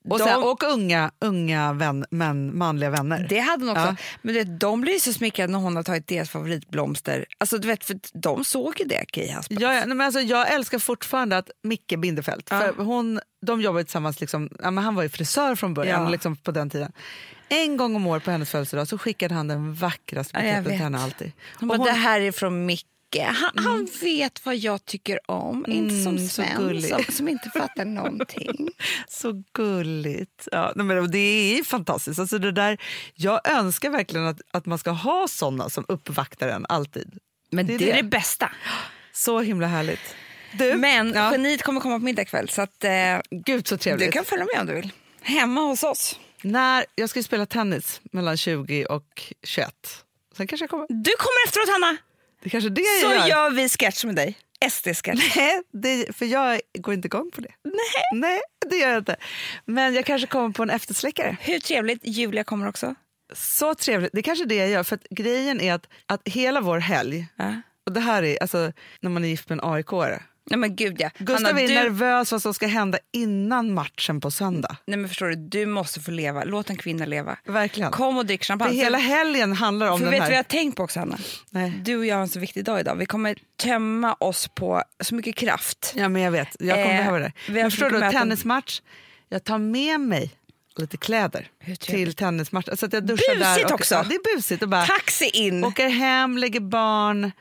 C: och,
B: de
C: sen, och unga, unga vän, män, manliga vänner.
B: det hade hon också.
C: Ja.
B: Men du vet, de blir ju så smickrade när hon har tagit deras favoritblomster. Alltså du vet, för de såg ju det, gay husbands.
C: Ja, ja, nej, men alltså, jag älskar fortfarande att Micke Bindefeld, för hon, de jobbade tillsammans, liksom, ja, men han var ju frisör från början
B: Ja.
C: liksom, på den tiden. En gång om året på hennes födelsedag så skickade han den vackraste
B: Ja, jag
C: buketen till
B: vet.
C: henne alltid.
B: Hon bara,
C: Och hon-
B: det här är från Micke. Han, han vet vad jag tycker om, inte som
C: Mm, så
B: Sven
C: gullig.
B: som, som inte fattar någonting.
C: Så gulligt. Ja, nej, men det är fantastiskt. Alltså det där, jag önskar verkligen att, att man ska ha såna som uppvaktar en alltid.
B: Men det,
C: är
B: är
C: det.
B: det bästa.
C: Så himla härligt. Du,
B: Men
C: ja,
B: geniet kommer komma på middag ikväll så att, eh,
C: gud så trevligt.
B: du kan följa med om du vill. Hemma hos oss.
C: När, jag ska ju spela tennis mellan 20 och 21. Sen kanske jag kommer.
B: Du kommer efteråt Hanna,
C: Det är kanske det
B: så
C: jag
B: gör,
C: gör.
B: vi sketch med dig. SD-sketch.
C: Nej, det, för jag går inte igång på det. Nej. Nej, det gör jag inte. Men jag kanske kommer på en eftersläckare.
B: Hur trevligt, Julia kommer också.
C: Så trevligt. Det är kanske det jag gör. För att grejen är att, att hela vår helg,
B: Ja.
C: och det här är alltså när man är gift med en AIK-are.
B: Nej men gud ja.
C: Gustav
B: Hanna,
C: är
B: du,
C: nervös vad som ska hända innan matchen på söndag.
B: nej, men förstår du, du måste få leva. Låt en kvinna leva.
C: Verkligen.
B: Kom och drick
C: För
B: champagne.
C: hela helgen handlar om
B: För
C: den
B: vet du
C: här.
B: vad jag har tänkt på också Hanna?
C: Nej.
B: Du och jag har en så viktig dag idag. Vi kommer tömma oss på så mycket kraft.
C: Ja, men jag vet. Jag kommer
B: Eh,
C: behöva det.
B: vi har
C: Men förstår
B: försökt
C: du,
B: mäta-
C: tennismatch. Jag tar med mig lite kläder
B: Hur trevligt.
C: till tennismatchen. Så att jag duschar där.
B: Busigt
C: och-
B: också.
C: Ja, det är busigt. Och bara,
B: Taxi in!
C: Åker hem, lägger barn,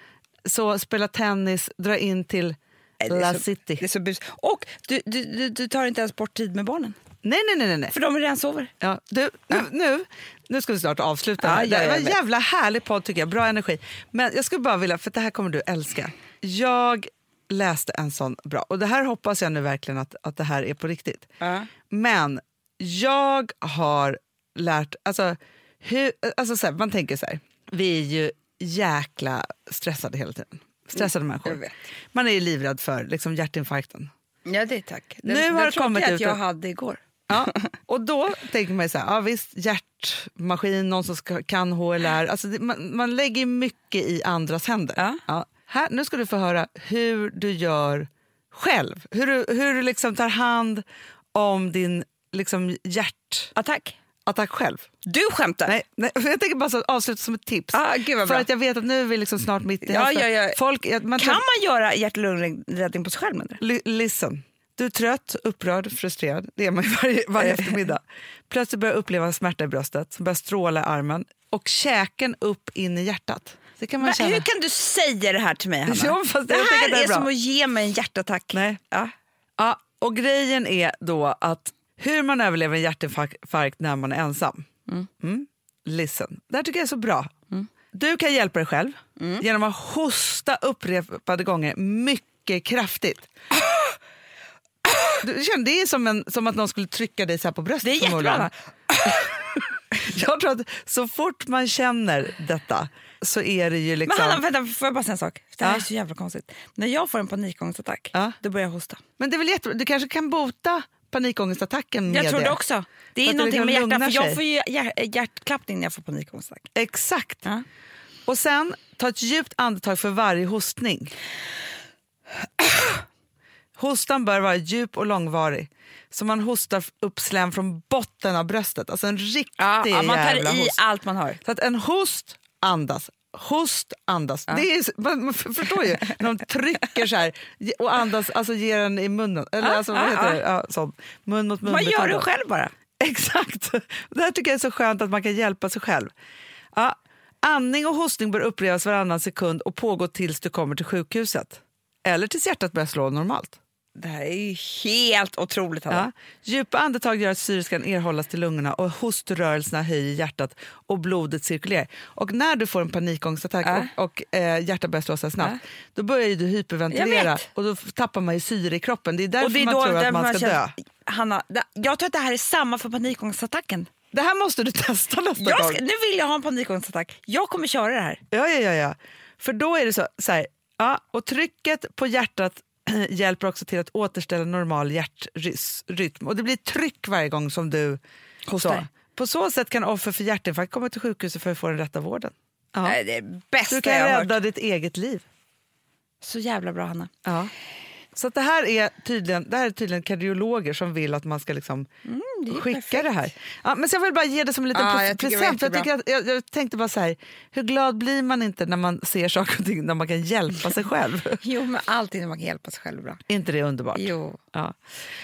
C: så spelar tennis, drar in till
B: det är
C: La
B: så-
C: City.
B: Det är så bus. Och du, du, du, du tar inte ens bort tid med barnen.
C: Nej, nej, nej. nej, nej.
B: För de är redan sover.
C: Ja, du, nu, nu, nu ska vi snart avsluta.
B: Ja,
C: här.
B: ja,
C: det var
B: jag
C: en
B: vet.
C: jävla härlig podd, tycker jag. Bra energi. Men jag skulle bara vilja, för det här kommer du älska. Jag läste en sån bra, och det här hoppas jag nu verkligen att, att det här är på riktigt.
B: Ja.
C: Men jag har lärt... Alltså, hur, alltså så här, man tänker så här, vi är ju jäkla stressade hela tiden. Stressade människor.
B: Mm, jag vet.
C: Man är ju livrädd för liksom, hjärtinfarkten.
B: Ja, det tack. Den,
C: Nu
B: den
C: har det
B: trodde
C: kommit
B: jag att
C: ut
B: jag
C: en-
B: hade igår.
C: Ja, och då tänker man ju så här, ja, visst, hjärtmaskin, någon som ska, kan HLR. Alltså, det, man, man lägger ju mycket i andras händer.
B: Ja.
C: Här, nu ska du få höra hur du gör själv. Hur du, hur du liksom tar hand om din liksom, hjärtattack
B: Attack.
C: själv.
B: Du skämtar?
C: Nej, nej, för jag tänker bara så, avsluta som ett tips.
B: Ah, gud vad
C: för
B: bra.
C: att jag vet att nu är vi liksom snart mitt i
B: Ja,
C: hösten.
B: ja, ja.
C: Folk, jag- man
B: Kan man göra hjärt-lungräddning på sig själv? Menar du?
C: Li- Listen. Du är trött, upprörd, frustrerad. Det är man ju varje, varje eftermiddag. Plötsligt börjar jag uppleva smärta i bröstet, som börjar stråla i armen och käken upp in i hjärtat. Det kan man
B: Men
C: känna.
B: hur kan du säga det här till mig, Hanna?
C: Ja, fast
B: det
C: jag tycker
B: här
C: det
B: är,
C: är bra.
B: som att ge mig en hjärtattack.
C: Nej.
B: Ja.
C: Ja, och grejen är då att hur man överlever en hjärtinfarkt när man är ensam. Mm. Listen. Det här tycker jag är så bra.
B: Mm.
C: Du kan hjälpa dig själv genom att hosta upprepade gånger mycket kraftigt. Du känner, det är som, en, som att någon skulle trycka dig så här på bröstet.
B: Det är
C: förmodligen.
B: jättebra.
C: Jag tror att så fort man känner detta så är det ju
B: Men
C: liksom...
B: Hanna, vänta, får jag bara säga en sak? Det här
C: Ja.
B: är så jävla konstigt. När jag får en panikångestattack,
C: Ja.
B: då börjar jag hosta.
C: Men det är väl jättebra. Du kanske kan bota panikångestattacken
B: Jag
C: med
B: tror
C: det.
B: det också. Det
C: Att
B: är
C: det
B: någonting
C: liksom
B: med hjärtat.
C: lugnar
B: För jag
C: sig.
B: får ju hjär- hjärtklappning när jag får panikångestattack.
C: Exakt.
B: Ja.
C: Och sen ta ett djupt andetag för varje hostning. Hostan bör vara djup och långvarig, så man hostar upp slem från botten av bröstet. Alltså en riktig
B: Ja, ja, man tar
C: jävla
B: i
C: host.
B: allt man har.
C: Så att en host andas. Host, andas. Det är, man, man förstår ju när de trycker så här ge- och andas, alltså ger den i munnen. Eller
B: Ja,
C: alltså, vad
B: ja,
C: heter
B: ja.
C: det? Ja, sån. Mun mot mun.
B: Man gör
C: metod.
B: det själv bara.
C: Exakt. Det här tycker jag är så skönt att man kan hjälpa sig själv. Ja. Andning och hostning bör upplevas varannan sekund och pågå tills du kommer till sjukhuset. Eller tills hjärtat börjar slå normalt.
B: Det här är ju helt otroligt.
C: Ja.
B: Ja.
C: Djupa andetag gör att syreskan erhållas till lungorna och hoströrelserna höjer hjärtat och blodet cirkulerar. Och när du får en panikångestattack
B: Ja.
C: och, och eh, hjärtat börjar slå så här snabbt, då börjar ju du
B: Jag
C: hyperventilera
B: vet.
C: och då f- tappar man ju syre i kroppen. Det är därför
B: Och det är
C: man
B: då
C: tror
B: därför
C: att man ska dö.
B: känner- Hanna, det- jag tror att det här är samma för panikångestattacken.
C: Det här måste du testa nästa
B: Jag
C: gång.
B: ska, nu vill jag ha en panikångestattack. Jag kommer köra det här.
C: Ja, ja, ja, ja. För då är det så, så här, ja, och trycket på hjärtat hjälper också till att återställa normal hjärtrytm. Och det blir tryck varje gång som du
B: Hostar.
C: Så. På så sätt kan offer för hjärtinfarkt komma till sjukhuset för att få den rätta vården.
B: Nej, Det är det
C: Du
B: bästa
C: kan
B: jag har
C: rädda
B: hört.
C: ditt eget liv.
B: Så jävla bra, Hanna.
C: Ja. Så att det, här är tydligen, det här är tydligen kardiologer som vill att man ska liksom
B: Mm,
C: skicka det här. Ja, men så jag vill bara ge det som en liten
B: Ja,
C: pre-
B: jag tycker det var
C: present. För jag, tycker
B: jättebra.
C: att, jag, jag tänkte bara så här, hur glad blir man inte när man ser saker och ting när man kan hjälpa sig själv?
B: Jo, men alltid när man kan hjälpa sig själv bra.
C: inte det är underbart?
B: Jo.
C: Ja.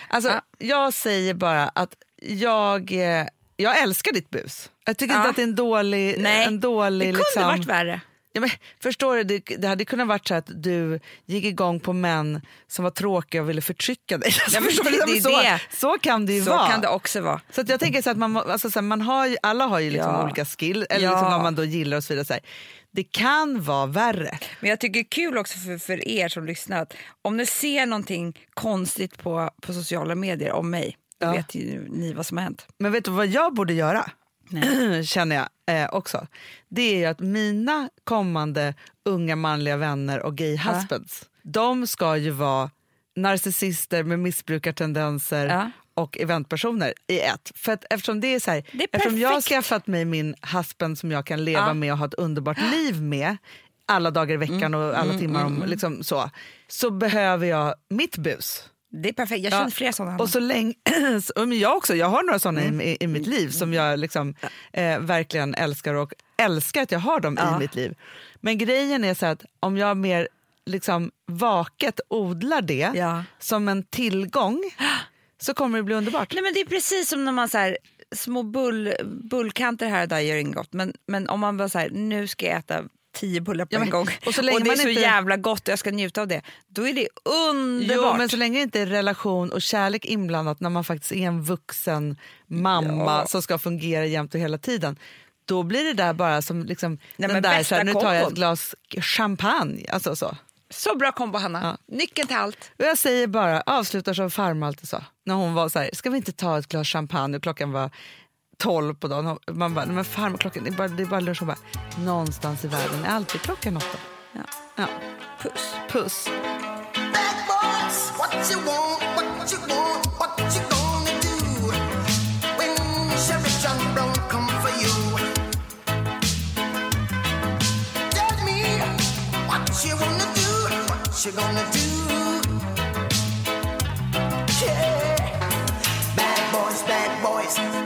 C: Alltså, Jag säger bara att jag, eh, jag älskar ditt bus. Jag tycker inte
B: Ja.
C: att det är en dålig...
B: Nej,
C: En dålig
B: det kunde
C: liksom,
B: varit värre.
C: Ja, men, förstår du, det, det hade kunnat vara så att du gick igång på män som var tråkiga och ville förtrycka dig. Alltså,
B: Ja, men
C: förstår
B: det-
C: du?
B: det är
C: så,
B: det.
C: så kan det ju
B: Så
C: vara.
B: kan det också vara.
C: Så att jag tänker så att man, må- alltså så här, man har ju, alla har ju liksom
B: Ja.
C: olika skill, eller
B: Ja.
C: liksom vad man då gillar och så vidare. Så här. Det kan vara värre.
B: Men jag tycker det är kul också för, för er som lyssnar att om ni ser någonting konstigt på, på sociala medier om mig, då
C: Ja.
B: vet ju ni vad som har hänt.
C: Men vet du vad jag borde göra? Känner jag eh, också. Det är ju att mina kommande unga manliga vänner och gay husbands, de ska ju vara narcissister med missbrukartendenser
B: Ja.
C: och eventpersoner i ett. För att eftersom det är så här,
B: Det är
C: eftersom jag har
B: perfekt.
C: skaffat mig min husband som jag kan leva
B: Ja. Mm.
C: med och ha ett underbart liv med alla dagar i veckan och alla timmar om, liksom så, så behöver jag mitt bus.
B: Det är perfekt, jag
C: Ja.
B: känner flera sådana.
C: Och så länge, så, men jag också, jag har några såna
B: Mm.
C: i, i, i mitt liv som jag liksom, eh, verkligen älskar och älskar att jag har dem i mitt liv. Men grejen är så att om jag mer liksom, vaket odlar det
B: Ja.
C: som en tillgång så kommer det bli underbart.
B: Nej, men det är precis som när man så här, små bull, bullkanter här och där gör inget gott, men, men om man bara så här, nu ska jag äta tio bullar på
C: Ja, men-
B: en gång
C: och så länge
B: det är
C: man
B: så
C: inte-
B: jävla gott och jag ska njuta av det, då är det underbart.
C: Jo, men så länge det inte är relation och kärlek inblandat när man faktiskt är en vuxen mamma som ska fungera jämt och hela tiden då blir det där bara som liksom, den
B: men
C: där, så
B: bästa
C: här, nu tar jag
B: kombon.
C: ett glas champagne. Alltså så.
B: Så bra kombo Hanna, nyckeln till allt.
C: Och jag säger bara, avslutar som farmor alltid sa. När hon var så här, ska vi inte ta ett glas champagne? Och klockan var 12 på dagen. Hon- Man bara, "Nej, men farmor klockan, det är bara, det är bara lunch. Hon bara, någonstans i världen är alltid klockan åtta.
B: Ja.
C: Ja.
B: Puss.
C: Puss.
G: Bad boys, what you want, what you want, what you gonna do? When Sherry John Brown come for you. Tell me what you wanna do, what you gonna do? Yeah. Bad boys, bad boys,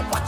G: Or what